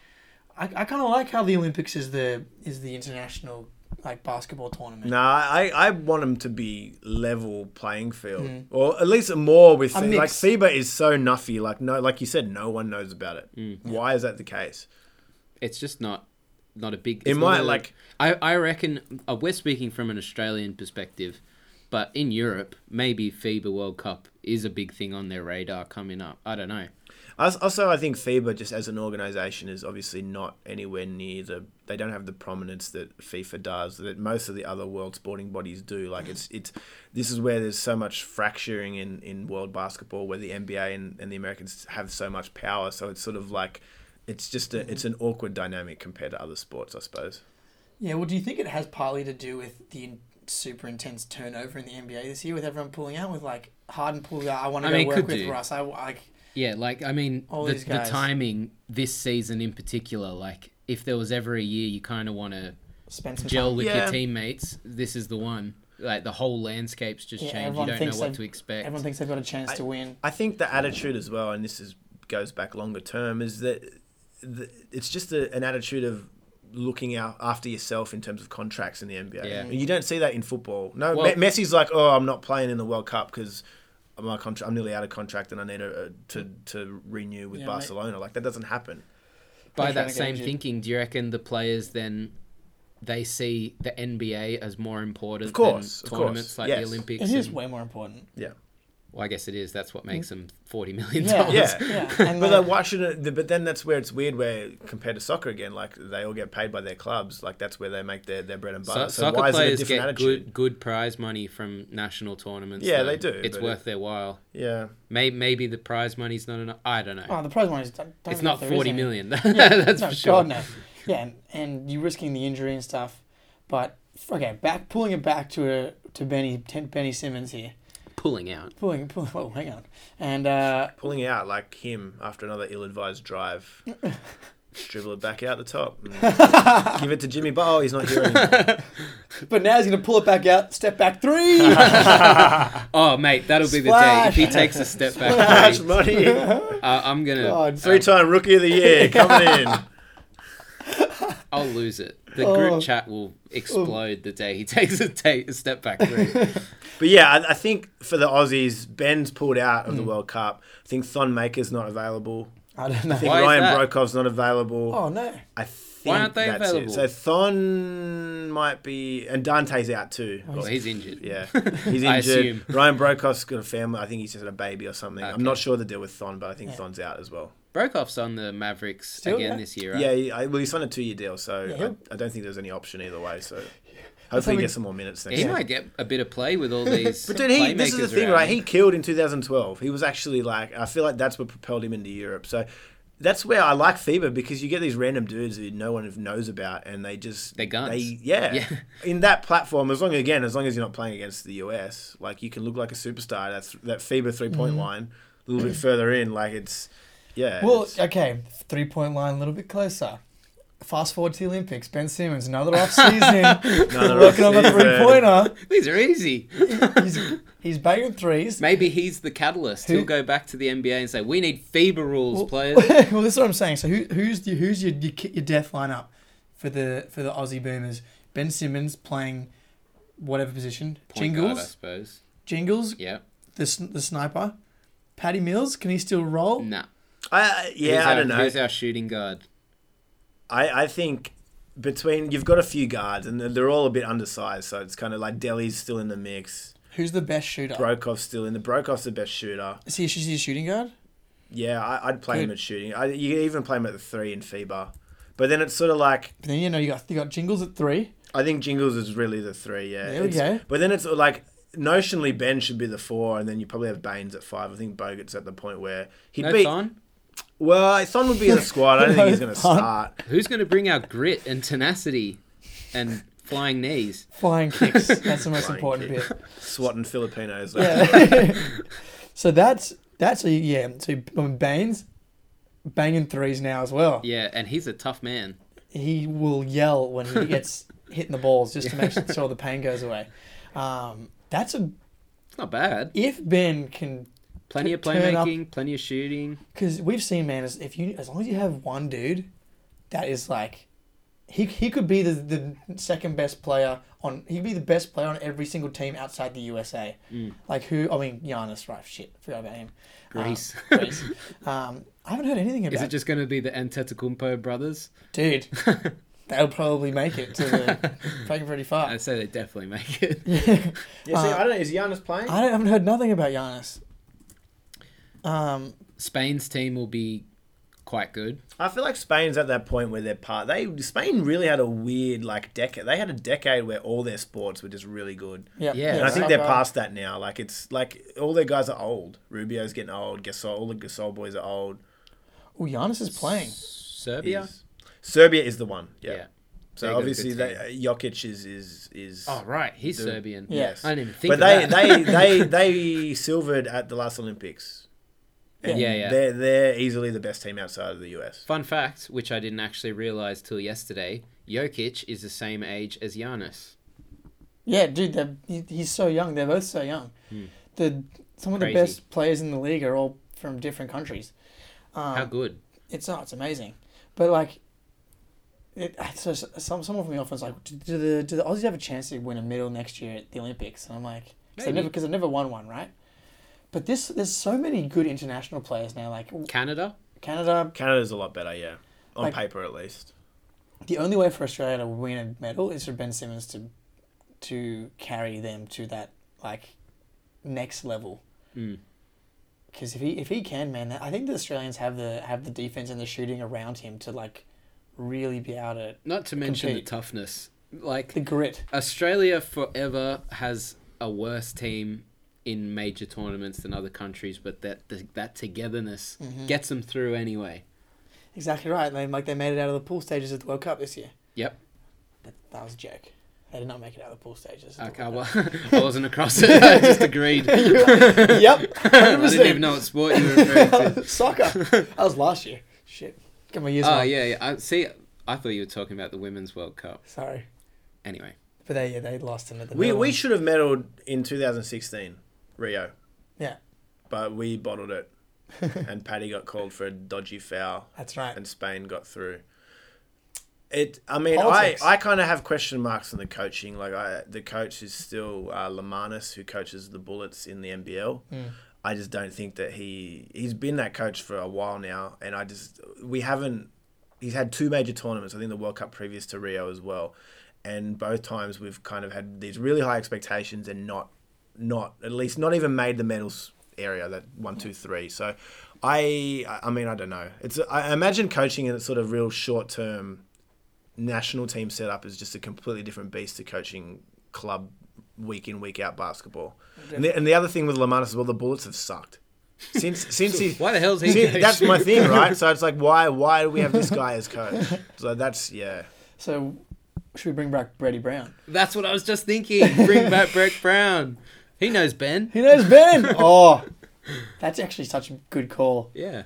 S2: I, I kind of like how the Olympics is the is the international like basketball tournament.
S1: No, I, I want them to be level playing field, or at least more with
S2: A
S1: like
S2: mix.
S1: FIBA is so nuffy. Like no, like you said, no one knows about it. Why is that the case?
S3: it's just not not a big.
S1: It
S3: it's not
S1: might,
S3: a-
S1: like-
S3: I I reckon uh, we're speaking from an Australian perspective, but in Europe maybe FIBA World Cup is a big thing on their radar coming up. I don't know.
S1: Als- Also, I think FIBA just as an organisation is obviously not anywhere near the. They don't have the prominence that FIFA does, that most of the other world sporting bodies do. Like it's it's, this is where there's so much fracturing in in world basketball, where the NBA and, and the Americans have so much power. So it's sort of like, it's just a, it's an awkward dynamic compared to other sports, I suppose.
S2: Yeah, well, do you think it has partly to do with the in- super intense turnover in the NBA this year with everyone pulling out? With like Harden pulled out, I want
S4: I
S2: to
S4: mean, it
S2: go work
S4: could
S2: with
S4: do.
S2: Russ. I like.
S3: Yeah, like I mean,
S2: All
S3: the,
S2: these
S3: the
S2: guys.
S3: timing this season in particular, like if there was ever a year you kind of want to
S2: Spend some
S3: gel
S2: time.
S3: with
S1: Yeah.
S3: your teammates, this is the one. Like the whole landscape's just
S2: Yeah,
S3: changed. You
S2: everyone
S3: don't know
S2: thinks
S3: what
S2: they've-
S3: to expect.
S2: Everyone thinks they've got a chance to win.
S1: I think the attitude as well, and this is goes back longer term, is that the, it's just a, an attitude of looking out after yourself in terms of contracts in the NBA.
S3: Yeah.
S1: And You don't see that in football. No,
S4: Well-
S1: Me- Messi's like, oh, I'm not playing in the World Cup because. My contract, I'm nearly out of contract, and I need a, a, to to renew with
S2: Yeah, mate.
S1: Barcelona. Like that doesn't happen.
S2: They're trying
S3: By that
S2: to get
S3: same
S2: injured.
S3: thinking, do you reckon the players then they see the NBA as more important
S1: Of course, of
S3: than
S1: course,
S3: tournaments like
S1: yes.
S3: the Olympics?
S2: It is
S3: and-
S2: way more important.
S3: well, I guess it is. That's what makes them forty million
S2: Yeah,
S3: dollars.
S1: Yeah.
S2: yeah. And uh,
S1: But like,
S2: like,
S1: why shouldn't? it- But then that's where it's weird. Where compared to soccer again, like they all get paid by their clubs. Like that's where they make their, their bread and
S3: So-
S1: butter. So,
S3: soccer
S1: why is it a
S3: players
S1: different
S3: get
S1: attitude?
S3: good good prize money from national tournaments.
S1: Yeah,
S3: though.
S1: they do,
S3: It's
S1: but
S3: worth their while.
S1: Yeah.
S3: Maybe, maybe the prize money's not enough. I don't know.
S2: oh, the prize money is. Don't, don't
S3: it's
S2: know
S3: not
S2: if there is
S3: forty
S2: any.
S3: million.
S2: Yeah,
S3: That's
S2: no,
S3: for sure.
S2: God no. Yeah, and, and you risking the injury and stuff. But okay, back pulling it back to uh, to Benny ten, Benny Simmons here.
S3: Pulling out.
S2: Pulling, pulling. Oh, hang on. And uh,
S1: pulling out like him after another ill-advised drive. Dribble it back out the top. and give it to Jimmy Ball. he's not here anymore.
S2: but now he's gonna pull it back out. Step back three.
S3: Oh, mate, that'll be
S2: Splash!
S3: the day if he takes a step back.
S1: That's
S3: mate,
S1: money.
S3: uh, I'm gonna.
S2: God.
S1: Three-time Rookie of the Year coming in.
S3: I'll lose it. The
S2: Oh.
S3: group chat will explode the day he takes a, take a step back through.
S1: But yeah, I, I think for the Aussies, Ben's pulled out of the World Cup. I think Thon Maker's not available.
S2: I don't
S1: I think
S2: know.
S3: Why is
S1: Ryan
S3: that?
S1: Brokov's not available.
S2: Oh no.
S1: I think
S3: aren't they
S1: that's It.
S3: available?
S1: So Thon might be, and Dante's out too.
S3: well, he's injured.
S1: Yeah, he's
S3: I
S1: injured.
S3: assume.
S1: Ryan Brokov's got a family. I think he's just had a baby or something. I'm
S3: Okay.
S1: not sure the deal with Thon, but I think Thon's out as well.
S3: Brokoff's on the Mavericks
S2: Still,
S3: again
S2: yeah.
S3: this year, right?
S1: Yeah, he- I, well, he signed a two-year deal, so
S2: Yeah, he'll-
S1: I, I don't think there's any option either way. So hopefully he
S2: we-
S1: gets some more minutes next
S3: He
S1: year.
S3: might get a bit of play with all these.
S1: But dude, he, this is the
S3: playmakers
S1: thing,
S3: around.
S1: right? He killed in 2012. He was actually like, I feel like that's what propelled him into Europe. So that's where I like FIBA because you get these random dudes who no one knows about, and they just
S3: They're guns.
S1: They, yeah.
S3: Yeah.
S1: in that platform, as long again, as long as you're not playing against the US, like you can look like a superstar. That's that FIBA three point
S2: Mm-hmm.
S1: line, a little bit further in, like it's yeah.
S2: Well,
S1: it's-
S2: okay. Three point line, a little bit closer. Fast forward to the Olympics. Ben Simmons, another off season,
S1: Another
S2: working on the
S1: off-season.
S2: three pointer.
S3: These are easy.
S2: He's he's banging threes.
S3: Maybe he's the catalyst.
S2: Who-
S3: He'll go back to the NBA and say, "We need FIBA rules, players."
S2: well, this is what I'm saying. So who, who's the, who's your, your ki- your death lineup for the for the Aussie Boomers? Ben Simmons playing whatever position.
S3: Point guard, eh? I
S2: Jingles,
S3: suppose.
S2: Jingles,
S3: Yeah.
S2: the sn- the sniper. Paddy Mills, can he still roll?
S3: Nah.
S1: I, yeah,
S3: Who's
S1: I
S3: our-
S1: don't know.
S3: Who's our shooting guard?
S1: I, I think between you've got a few guards and they're, they're all a bit undersized, so it's kind of like Delhi's still in the mix.
S2: Who's the best shooter?
S1: Brokov's still in the Brokov's the best shooter.
S2: Is he, is he a shooting guard?
S1: Yeah, I, I'd play him
S2: Good.
S1: at shooting. I, you could even play him at the three in FIBA, but then it's sort of like
S2: But then you know you got you got Jingles at three.
S1: I think Jingles is really the three. Yeah,
S2: There we
S1: It's-
S2: go.
S1: But then it's like notionally Ben should be the four, and then you probably have Baines at five. I think Bogut's at the point where he'd
S3: No
S1: be
S3: Thon?
S1: well. uh, Thon would be in the squad. I don't
S2: No
S1: think he's going to
S2: Thon.
S1: start.
S3: Who's going to bring out grit and tenacity and flying knees?
S2: Flying kicks. That's the most
S1: Flying
S2: important
S1: kick.
S2: bit.
S1: Swatting Filipinos.
S2: Yeah. so that's that's a, yeah. So um, Baines banging threes now as well.
S3: Yeah, and he's a tough man.
S2: he will yell when he gets hit in the balls just to make sure the pain goes away. Um, that's a
S3: It's not bad.
S2: if Ben can
S3: Plenty of
S2: Turn up.
S3: playmaking, plenty of shooting.
S2: because we've seen man as if you as long as you have one dude that is like he, he could be the, the second best player on he'd be the best player on every single team outside the USA.
S3: Mm.
S2: Like who I mean Giannis right shit forgot about him.
S3: Greece.
S2: Um, Greece. um, I haven't heard anything about
S3: Is it just going to be the Antetokounmpo brothers?
S2: dude. They'll probably make it to the fucking pretty far.
S3: I'd say they definitely make it.
S2: Uh,
S1: Yeah, see, I don't know. Is Giannis playing?
S2: I don't, haven't heard nothing about Giannis. Um,
S3: Spain's team will be quite good.
S1: I feel like Spain's at that point where they're part. They Spain really had a weird like decade. They had a decade where all their sports were just really good.
S2: yeah,
S3: Yeah,
S1: And I think
S2: so
S1: they're
S2: far.
S1: past that now. Like it's like all their guys are old. Rubio's getting old. Gasol, all the Gasol boys are old.
S2: Ooh, Giannis is playing.
S3: Serbia.
S1: Is- Serbia is the one. Yeah.
S3: Yeah.
S1: So
S3: They've got a
S1: obviously,
S3: good
S1: they, Jokic is is is.
S3: Oh right, he's
S1: The-
S3: Serbian.
S1: Yes.
S3: I didn't even think.
S1: But
S3: of
S1: they,
S3: that.
S1: they they they silvered at the last Olympics. And
S3: Yeah, yeah.
S1: They're they're easily the best team outside of the US.
S3: Fun fact, which I didn't actually realize till yesterday, Jokic is the same age as Giannis.
S2: Yeah, dude, they're- he, he's so young. They're both so young. The some of
S3: Hmm. Crazy.
S2: the best players in the league are all from different countries. Um,
S3: How good?
S2: it's not. It's amazing, but like, it, so so- some someone from the office like, do, do the do the Aussies have a chance to win a medal next year at the Olympics? And I'm like, because I've
S3: Maybe.
S2: never because I've never won one, right? But this there's so many good international players now. Like
S3: Canada.
S2: Canada,
S1: Canada's a lot better, yeah. On
S2: Like-
S1: paper, at least.
S2: the only way for Australia to win a medal is for Ben Simmons to to carry them to that like next level.
S3: Mm.
S2: Because if he if he can, man, I think the Australians have the have the defense and the shooting around him to like really be out at
S3: Not to mention
S2: Compete.
S3: the toughness. Like
S2: the grit.
S3: Australia forever has a worse team in major tournaments than other countries, but that that togetherness gets them through anyway.
S2: Exactly right. They like they made it out of the pool stages at the World Cup this year.
S3: Yep.
S2: That, that was a joke. They did not make it out of the pool stages. at the
S3: Okay,
S2: World
S3: well, I wasn't across it. I just agreed.
S2: Cup. yep.
S3: I didn't even know what sport you were referring to.
S2: Soccer. That was last year. Shit. Got my years
S3: Oh
S2: wrong.
S3: yeah, yeah. I, see, I thought you were talking about the Women's World Cup.
S2: Sorry.
S3: Anyway,
S2: But they yeah, they lost him at the
S1: We,
S2: middle
S1: we
S2: one.
S1: should have medaled in 2016, Rio.
S2: Yeah.
S1: But we bottled it. and Paddy got called for a dodgy foul,
S2: That's right.
S1: and Spain got through. It. I mean,
S2: Politics.
S1: I, I kind of have question marks on the coaching. Like, I the coach is still uh, Lamanis, who coaches the Bullets in the NBL. I just don't think that he he's been that coach for a while now, and I just we haven't. He's had two major tournaments. I think the World Cup previous to Rio as well, and both times we've kind of had these really high expectations and not not at least not even made the medals area that one two three. So, I I- I mean I don't know. It's I imagine coaching in a sort of real short term national team setup is just a completely different beast to coaching club week in week out basketball. And the, and the other thing with Lamanus as well, the Bullets have sucked since since he.
S3: why the hell's he?
S1: since- that's my thing, right? So it's like, why why do we have this guy as coach? So that's yeah.
S2: So should we bring back Brady Brown?
S3: That's what I was just thinking. Bring back Brett Brown. He knows Ben.
S2: He knows Ben. oh, that's actually such a good call.
S3: Yeah.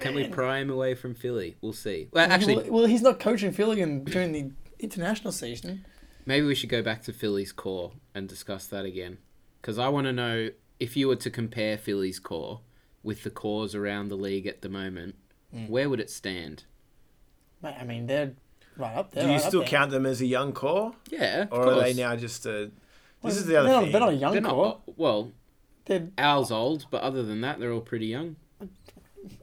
S3: Can we pry him away from Philly? We'll see. Well, actually,
S2: well, well, he's not coaching Philligan during the international season.
S3: Maybe we should go back to Philly's core and discuss that again. Because I want to know if you were to compare Philly's core with the cores around the league at the moment,
S1: Mm.
S3: where would it stand?
S2: Mate, I mean, they're right up there.
S1: Do you
S2: right up
S1: still
S2: there.
S1: count them as a young core,
S3: Yeah, of
S1: or are
S3: course.
S1: they now just a?
S2: Well,
S1: This is the other
S2: they're not-
S1: thing.
S2: They're not a young
S3: They're
S2: core.
S3: not, well,
S2: They're
S3: Al's old, but other than that, they're all pretty young.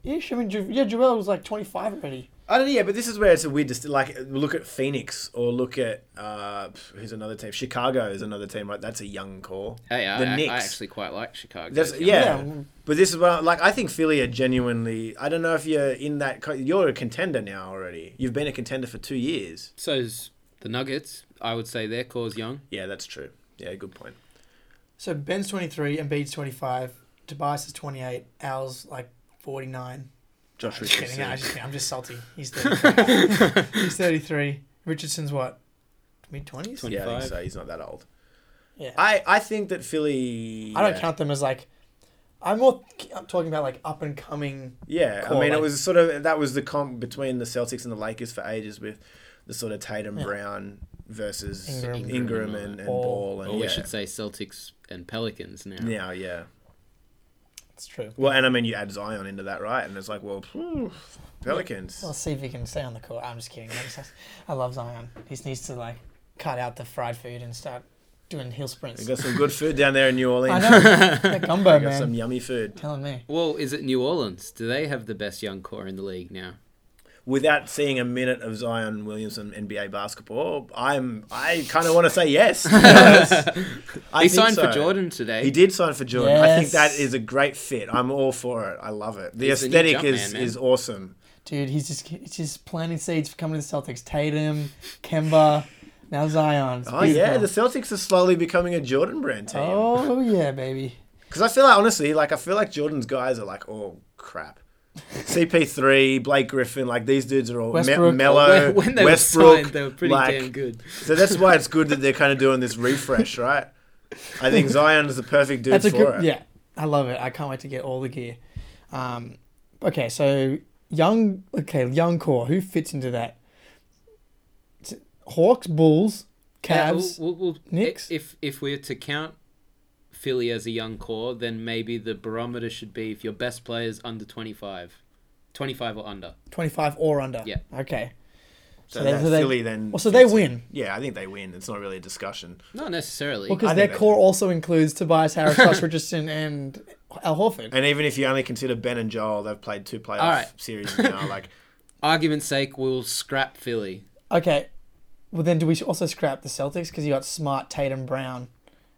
S2: ish. I mean, Ju- yeah, Joel was like 25 already.
S1: I don't know, yeah, but this is where it's a weird. Dist- like, look at Phoenix or look at uh, pff, who's another team. Chicago is another team, right? That's a young core.
S3: Hey, I,
S1: The
S3: I- I
S1: Knicks.
S3: actually quite like Chicago.
S1: That's
S3: Yeah.
S1: yeah.
S2: Yeah.
S1: But this is what I, like I think Philly are genuinely. I don't know if you're in that. co- You're a contender now already. You've been a contender for two years.
S3: So's the Nuggets. I would say their core's young.
S1: Yeah, that's true. Yeah, good point.
S2: So Ben's 23 and Bede's 25. Tobias is 28. Al's like 49.
S1: Josh
S2: Just kidding. I
S1: Richardson.
S2: just, I'm just salty. He's 33. He's 33. Richardson's what? Mid 20s?
S1: Yeah, I think
S3: 25.
S1: so. He's not that old.
S2: Yeah.
S1: I, I think that Philly.
S2: I don't
S1: yeah.
S2: count them as like. I'm more I'm talking about like up and coming.
S1: Yeah,
S2: core,
S1: I mean,
S2: like-
S1: it was sort of that was the comp between the Celtics and the Lakers for ages with the sort of Tatum
S2: Yeah.
S1: Brown versus
S2: Ingram.
S1: Ingram, and, and
S2: Ball.
S1: Ball,
S3: Or
S1: and
S3: we
S1: Oh, yeah.
S3: should say Celtics and Pelicans now.
S1: now, yeah.
S2: It's true.
S1: Well, and I mean, you add Zion into that, right? And it's like, well, phew, Pelicans.
S2: Let's see if he can stay on the court. I'm just kidding. I just- I love Zion. He needs to like cut out the fried food and start doing hill
S1: They
S2: sprints.
S1: got some good food down there in New
S2: I
S1: Orleans.
S2: know. that gumbo
S1: They got
S2: man.
S1: some yummy food.
S2: Telling me.
S3: Well, is it New Orleans? Do they have the best young core in the league now?
S1: without seeing a minute of Zion Williamson NBA basketball, I'm I kind of want to say yes. to be honest. I
S3: he
S1: think
S3: signed
S1: so.
S3: for Jordan today.
S1: He did sign for Jordan. I think that
S2: Yes.
S1: is a great fit. I'm all for it. I love it. The
S3: He's the new
S1: aesthetic
S3: Jumpman,
S1: is,
S3: man.
S1: is awesome.
S2: Dude, he's just he's just planting seeds for coming to the Celtics. Tatum, Kemba, now Zion. It's
S1: Oh yeah,
S2: beautiful.
S1: the Celtics are slowly becoming a Jordan brand team.
S2: Oh yeah, baby.
S1: Because I feel like honestly, like I feel like Jordan's guys are like, oh crap. CP3, Blake Griffin, like these dudes are all me-
S2: Westbrook.
S1: mellow.
S3: when, when they
S1: Westbrook,
S3: were signed, they were pretty
S1: like-
S3: damn good.
S1: So that's why it's good that they're kind of doing this refresh, right? I think Zion is the perfect dude
S2: That's a
S1: for
S2: good.
S1: it.
S2: Yeah, I love it. I can't wait to get all the gear. Um, okay, so young. Okay, young core. Who fits into that? It's Hawks,
S3: Uh,
S2: Bulls,
S3: Yeah,
S2: Cavs.
S3: we'll- we'll- we'll-
S2: Knicks?
S3: If if we're to count Philly as a young core, then maybe the barometer should be if your best player is under 25. 25 or under.
S2: Twenty-five or under.
S3: Yeah.
S2: Okay.
S1: So,
S2: So
S1: that's
S2: they-
S1: Philly then.
S2: Well, so they
S1: fits it.
S2: win
S1: Yeah, I think they win. It's not really a discussion.
S3: Not necessarily.
S2: because
S1: I
S2: their
S1: think they
S2: core
S1: do.
S2: also includes Tobias Harris, Josh Richardson, and Al Horford.
S1: And even if you only consider Ben and Joel, they've played two playoff
S3: All right.
S1: series now. Like,
S3: Argument's sake, we'll scrap Philly.
S2: Okay. Well, then do we also scrap the Celtics because you got Smart, Tatum, Brown?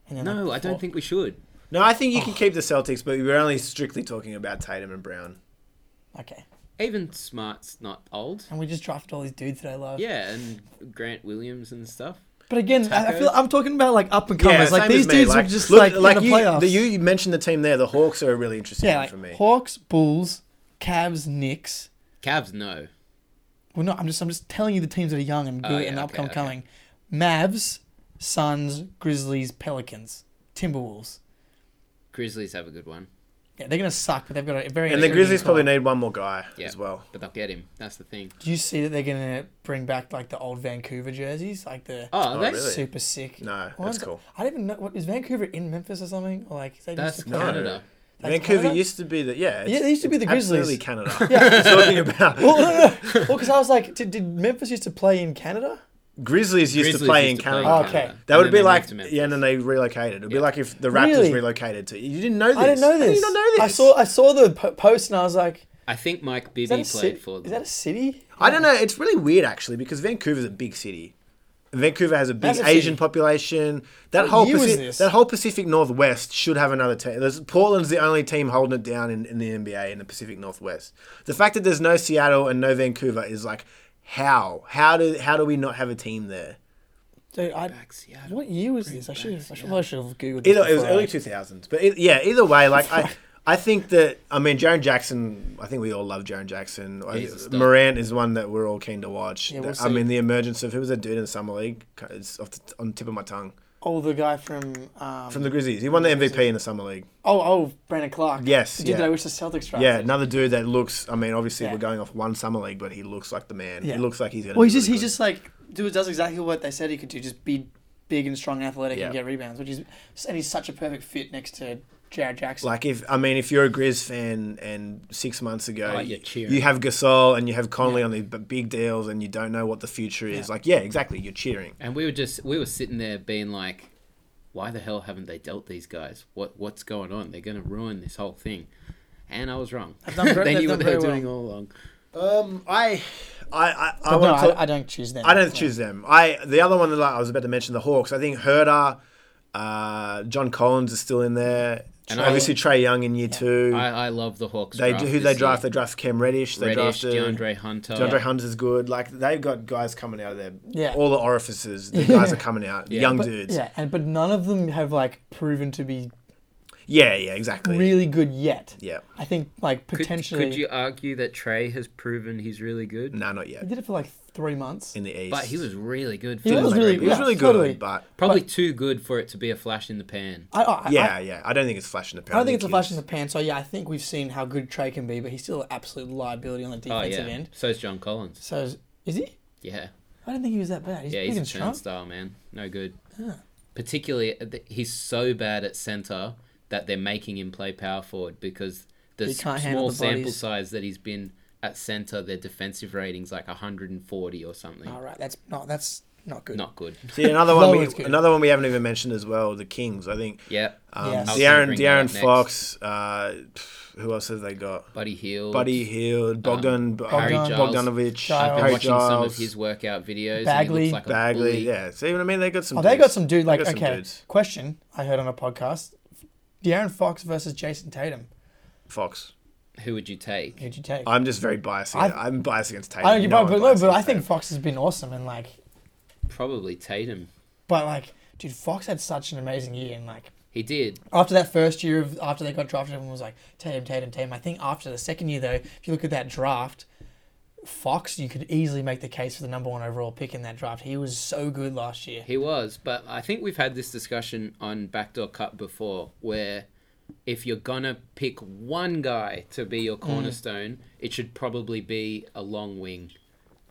S2: And then
S3: No,
S2: like
S3: I don't
S2: four-
S3: think we should.
S1: no, I think you
S2: Oh.
S1: can keep the Celtics, but we're only strictly talking about Tatum and Brown.
S2: Okay.
S3: Even Smart's not old.
S2: And we just drafted all these dudes that I love.
S3: Yeah, and Grant Williams and stuff.
S2: But again, I, I feel I'm talking about like up and comers. like
S1: same as
S2: these
S1: me.
S2: dudes are just
S1: look,
S2: like, in the
S1: you,
S2: playoffs.
S1: the- you, you mentioned the team there. The Hawks are a really interesting
S2: yeah,
S1: one
S2: like
S1: for me.
S2: Hawks, Bulls, Cavs, Knicks.
S3: Cavs, no.
S2: Well, no, I'm just I'm just telling you the teams that are young
S1: Oh,
S2: and good
S3: yeah,
S2: and
S3: okay,
S2: up and
S3: okay.
S2: coming. Mavs, Suns, Grizzlies, Pelicans, Timberwolves.
S3: Grizzlies have a good one.
S2: Yeah, they're gonna suck, but they've got a very.
S1: and the
S2: intriguing
S1: Grizzlies probably
S2: core.
S1: need one more guy
S3: Yeah.
S1: as well.
S3: But they'll get him. That's the thing.
S2: Do you see that they're gonna bring back like the old Vancouver jerseys, like the
S3: Oh,
S1: Oh,
S3: that's
S1: really?
S2: super sick?
S1: No,
S2: ones?
S1: that's cool.
S2: I don't even know what is Vancouver in Memphis or something, or like is that
S3: that's
S2: just a-
S1: No.
S3: Canada.
S2: That's
S1: Vancouver
S2: Canada?
S1: used to be the yeah. it's-
S2: Yeah, they used to be
S1: it's
S2: the Grizzlies.
S1: Absolutely, Canada. yeah, talking about
S2: Well, no, no, no. Well, because I was like, did, did Memphis used to play in Canada?
S1: Grizzlies used to play in Canada.
S2: Canada. Okay.
S1: That would
S3: And
S1: be
S3: then they
S1: like
S3: moved to Memphis.
S1: yeah, and then they relocated. It'd be
S3: Yeah.
S1: like if the Raptors
S2: Really?
S1: relocated to. You didn't know this.
S2: I didn't know
S1: How do
S2: this.
S1: you not know this?
S2: I saw I saw the po- post and I was like,
S3: I think Mike
S2: is that
S3: Bibby
S2: a city?
S3: played for them.
S2: Is that a city?
S1: I don't know. It's really weird actually because Vancouver's a big city. Vancouver has a big
S2: Massive
S1: Asian
S2: city.
S1: population. That
S2: What
S1: whole
S2: year was
S1: Paci-
S2: this?
S1: that whole Pacific Northwest should have another team. There's, Portland's the only team holding it down in, in the NBA in the Pacific Northwest. The fact that there's no Seattle and no Vancouver is like how how do how do we not have a team there?
S2: Dude, I,
S3: Back Seattle.
S2: what year was this? I should have I should, I should have googled. this
S1: Either it was
S2: before I-
S1: early two thousands, but it, yeah, either way, like I, I think that I mean Jaron Jackson. I think we all love Jaron Jackson. I-
S3: He's a stud.
S1: Morant is one that we're all keen to watch.
S2: Yeah, we'll
S1: I
S2: see.
S1: mean, the emergence of who was that dude in the summer league? It's off the, on the tip of my tongue
S2: Oh, the guy from um,
S1: from the Grizzlies. He won the MVP in the summer league.
S2: oh oh Brandon Clark.
S1: Yes,
S2: The dude
S1: yeah.
S2: that I wish the Celtics drafted.
S1: Yeah, another dude that looks. I mean, obviously
S2: Yeah.
S1: we're going off one summer league, but he looks like the man.
S2: Yeah.
S1: He looks like he's gonna.
S2: Well,
S1: be
S2: he's just
S1: really
S2: he's
S1: good.
S2: just like dude does exactly what they said he could do. Just be big and strong, and athletic,
S1: Yeah.
S2: and get rebounds. Which is and he's such a perfect fit next to Jared Jackson.
S1: Like if I mean, if you're a Grizz fan and six months ago
S3: Oh,
S1: you,
S3: you're cheering.
S1: you have Gasol and you have Conley on these b- big deals and you don't know what the future is,
S2: Yeah.
S1: like yeah, exactly, you're cheering.
S3: And we were just we were sitting there being like, why the hell haven't they dealt these guys? What what's going on? They're gonna ruin this whole thing. And I was wrong.
S2: They've done ver-
S3: they
S2: they've
S3: knew what
S2: done
S3: they were
S2: very
S3: doing all along.
S1: Um, I, I, I, I
S2: But no,
S1: want to.
S2: I, I don't choose them.
S1: I don't choose them. I the other one that I was about to mention the Hawks. I think Herder, uh, John Collins is still in there.
S3: And
S1: obviously Trey Young in year two.
S3: I, I love the Hawks.
S1: they
S3: draft
S1: who they
S3: this
S1: draft.
S3: year.
S1: They draft Cam Reddish. They
S3: Reddish,
S1: drafted
S3: DeAndre Hunter.
S1: DeAndre Hunter's good. Like they've got guys coming out of there.
S2: Yeah.
S1: All the orifices. The guys are coming out. Young
S2: But-
S1: dudes.
S2: Yeah, and but none of them have like proven to be
S1: Yeah, yeah, exactly.
S2: really good yet.
S1: Yeah.
S2: I think like
S3: Could,
S2: potentially
S3: could you argue that Trey has proven he's really good?
S1: No, not
S2: he
S1: yet.
S2: did it for like three months.
S1: In the East.
S3: But he was really good. For
S2: He
S3: the
S2: was
S1: Like,
S3: Lakers.
S2: really-
S1: he was
S2: yeah,
S1: really
S2: totally.
S1: good, but
S3: probably too good for it to be a flash in the pan.
S2: I, I,
S1: yeah,
S2: I,
S1: yeah. I don't think it's flashing the pan.
S2: I don't think it's a
S1: he's-
S2: flash in the pan. So yeah, I think we've seen how good Trey can be, but he's still an absolute liability on the
S3: Oh
S2: defensive
S3: yeah.
S2: end.
S3: So's John Collins.
S2: So is- is he?
S3: Yeah.
S2: I don't think he was that bad. He's
S3: Yeah,
S2: big
S3: he's a
S2: and strong.
S3: trend style man. No good.
S2: Yeah.
S3: Particularly, uh, th- he's so bad at center that they're making him play power forward because the
S2: He
S3: s-
S2: can't handle
S3: small
S2: the
S3: sample
S2: bodies.
S3: size that he's been at center, their defensive ratings like 140 or something.
S2: All right, that's not that's Not good.
S3: Not good.
S1: See, another one,
S2: Low is
S1: we,
S2: good.
S1: another one we haven't even mentioned as well, the Kings. I think
S3: Yeah.
S1: um,
S2: Yes. I was
S1: De'Aaron,
S3: gonna bring that
S1: De'Aaron
S3: up next.
S1: Fox, uh, pff, who else have they got?
S3: Buddy Hill.
S1: Buddy Hill,
S3: um,
S1: Bogdan, B-
S3: Harry
S1: Bogdan-
S3: Giles.
S1: Bogdanovich,
S2: I've
S3: I've been
S1: Harry
S3: watching
S1: Giles,
S3: some of his workout videos.
S2: Bagley.
S3: And he looks like a
S1: Bagley.
S3: bully.
S1: Yeah, see what I mean? They got some.
S2: Oh, they
S1: dudes.
S2: got some dude.
S1: They
S2: Like,
S1: got some
S2: okay,
S1: dudes.
S2: question I heard on a podcast: De'Aaron Fox versus Jason Tatum.
S1: Fox.
S3: Who would you take?
S2: Who'd you take? I,
S1: I'm just very biased.
S2: I-
S1: I, am biased against Tatum.
S2: don't give
S1: No,
S2: up,
S1: I'm
S2: but,
S1: biased
S2: but I
S1: against
S2: think
S1: Tatum.
S2: Fox has been awesome and like,
S3: Probably Tatum.
S2: but like, dude, Fox had such an amazing year and like.
S3: He did.
S2: After that first year of after they got drafted, everyone was like Tatum, Tatum, Tatum. I think after the second year though, if you look at that draft, Fox, you could easily make the case for the number one overall pick in that draft. He was so good last year.
S3: He was, but I think we've had this discussion on Backdoor Cut before, where if you're gonna pick one guy to be your
S2: Mm.
S3: cornerstone, it should probably be a long wing,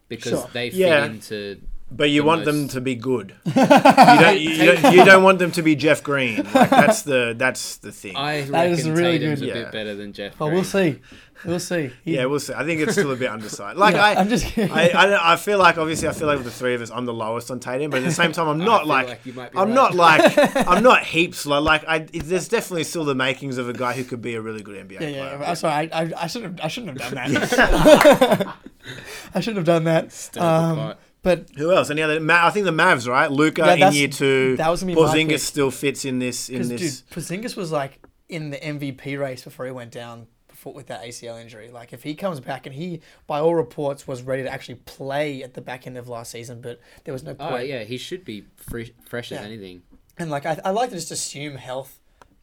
S3: because
S2: Sure.
S3: they fit
S1: Yeah.
S3: into.
S1: But you
S3: the
S1: want them
S3: most-
S1: to be good. you, don't, you, don't, you don't want them to be Jeff Green. Like, that's the that's the thing.
S3: I reckon
S2: That is really
S3: Tatum's
S1: good.
S3: a
S1: Yeah.
S3: bit better than Jeff.
S2: But
S3: Green.
S2: we'll see. We'll see. He-
S1: yeah, we'll see. I think it's still a bit underside. Like
S2: Yeah,
S1: I,
S2: I'm just kidding.
S1: I, I, I feel like obviously I feel like with the three of us, I'm the lowest on Tatum, but at the same time, I'm not
S3: feel
S1: like,
S3: like you might be
S1: I'm
S3: right.
S1: not like I'm not heaps low. Like I, there's definitely still the makings of a guy who could be a really good NBA
S2: Yeah,
S1: player.
S2: yeah. I'm sorry. I, I, I shouldn't have. I shouldn't have done that. I shouldn't have done that.
S3: Stir the
S2: Um,
S3: pot.
S2: but
S1: Who else? Any other? Ma- I think the Mavs, right? Luca
S2: Yeah,
S1: in
S2: that's-
S1: year two.
S2: that was gonna be my pick.
S1: Porzingis still fits in this in
S2: because
S1: this.
S2: dude, Porzingis was like in the MVP race before he went down before with that ACL injury. Like if he comes back and he, by all reports, was ready to actually play at the back end of last season, but there was no point.
S3: Oh yeah, he should be fresh, fresh as
S2: Yeah.
S3: anything.
S2: And like I, I like to just assume health.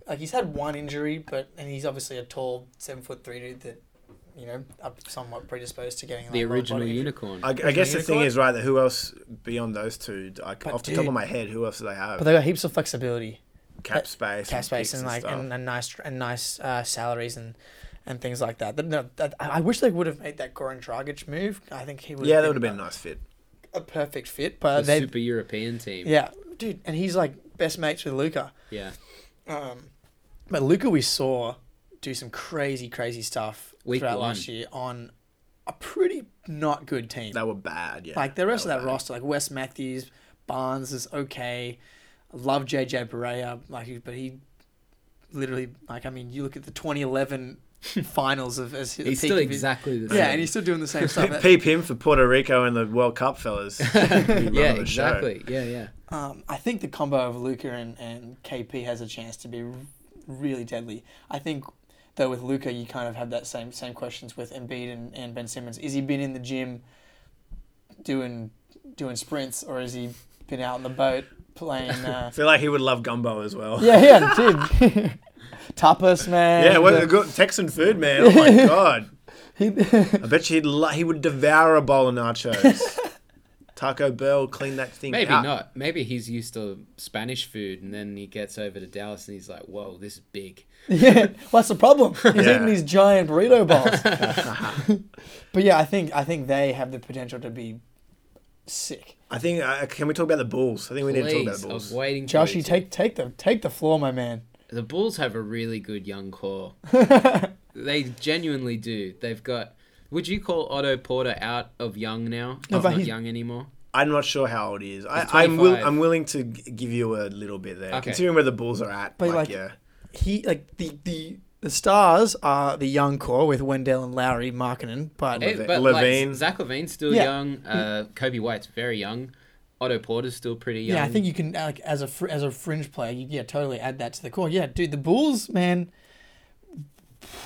S2: Like he's had one injury, but and he's obviously a tall seven foot three dude that, you know, are somewhat predisposed to getting like,
S3: The
S2: lower
S3: original
S2: body injury.
S3: unicorn.
S1: I, I guess the thing
S2: unicorn?
S1: is right that who else beyond those two? I,
S2: But
S1: off the top
S2: dude-
S1: of my head, who else do they have?
S2: But they got heaps of flexibility.
S1: cap space,
S2: cash
S1: picks
S2: space and like
S1: stuff.
S2: and, and nice and nice uh, salaries and and things like that. But no, that- I I wish they would have made that Goran Dragic move. I think he would.
S1: yeah, that would have been a nice fit.
S2: a perfect fit. But
S3: the
S2: they,
S3: super European team.
S2: yeah, dude, and he's like best mates with Luca.
S3: Yeah.
S2: Um, but Luca, we saw do some crazy, crazy stuff
S3: Week
S2: throughout
S3: one.
S2: last year on a pretty not good team.
S1: They were bad. Yeah,
S2: Like the rest of
S1: They
S2: that
S1: were bad.
S2: roster, like Wes Matthews, Barnes is okay. I love JJ Barea, like he- but he literally like I mean, you look at the 2011 finals of as the
S3: He's
S2: peak
S3: still
S2: of his-
S3: exactly the same.
S2: yeah, and he's still doing the same stuff.
S1: Peep him for Puerto Rico and the World Cup, fellas. Be running
S3: yeah,
S1: the show.
S3: exactly. Yeah, yeah.
S2: Um, I think the combo of Luca and, and KP has a chance to be r- really deadly. I think though with Luca, you kind of have that same same questions with Embiid and, and Ben Simmons. Is he been in the gym doing doing sprints, or has he been out on the boat playing? Uh,
S1: I feel like he would love gumbo as well.
S2: yeah, yeah, dude. Tapas, man.
S1: Yeah, what
S2: The-
S1: a good Texan food, man. Oh my god. I bet you he'd lo- he would devour a bowl of nachos. Taco Bell, clean that thing
S3: Maybe
S1: out.
S3: not. Maybe he's used to Spanish food, and then he gets over to Dallas, and he's like, "Whoa, this is big."
S2: Yeah, well, that's the problem. He's
S1: Yeah.
S2: eating these giant burrito balls. but yeah, I think I think they have the potential to be sick.
S1: I think. Uh, can we talk about the Bulls? I think we need to talk about
S3: Please,
S1: the
S3: I was
S1: Bulls.
S3: waiting. for
S2: Josh, you
S3: to.
S2: take take the take the floor, my man.
S3: the Bulls have a really good young core. they genuinely do. They've got. Would you call Otto Porter out of young now?
S2: No,
S3: he's
S2: but
S3: not
S2: he's-
S3: young anymore.
S1: I'm not sure how old he is. I, I'm will,
S3: 25.
S1: I'm willing to g- give you a little bit there,
S3: Okay.
S1: considering where the Bulls are at.
S2: But,
S1: like,
S2: like-
S1: yeah,
S2: He like the the the stars are the young core with Wendell and Lowry, Markkinen, but
S3: Eh,
S1: Levine-
S3: but Levine.
S1: Levine.
S3: like Zach Levine's still
S2: Yeah.
S3: young. Uh, Kobe White's very young. Otto Porter's still pretty young.
S2: yeah, I think you can like as a fr- as a fringe player, you yeah totally add that to the core. Yeah, dude, the Bulls, man.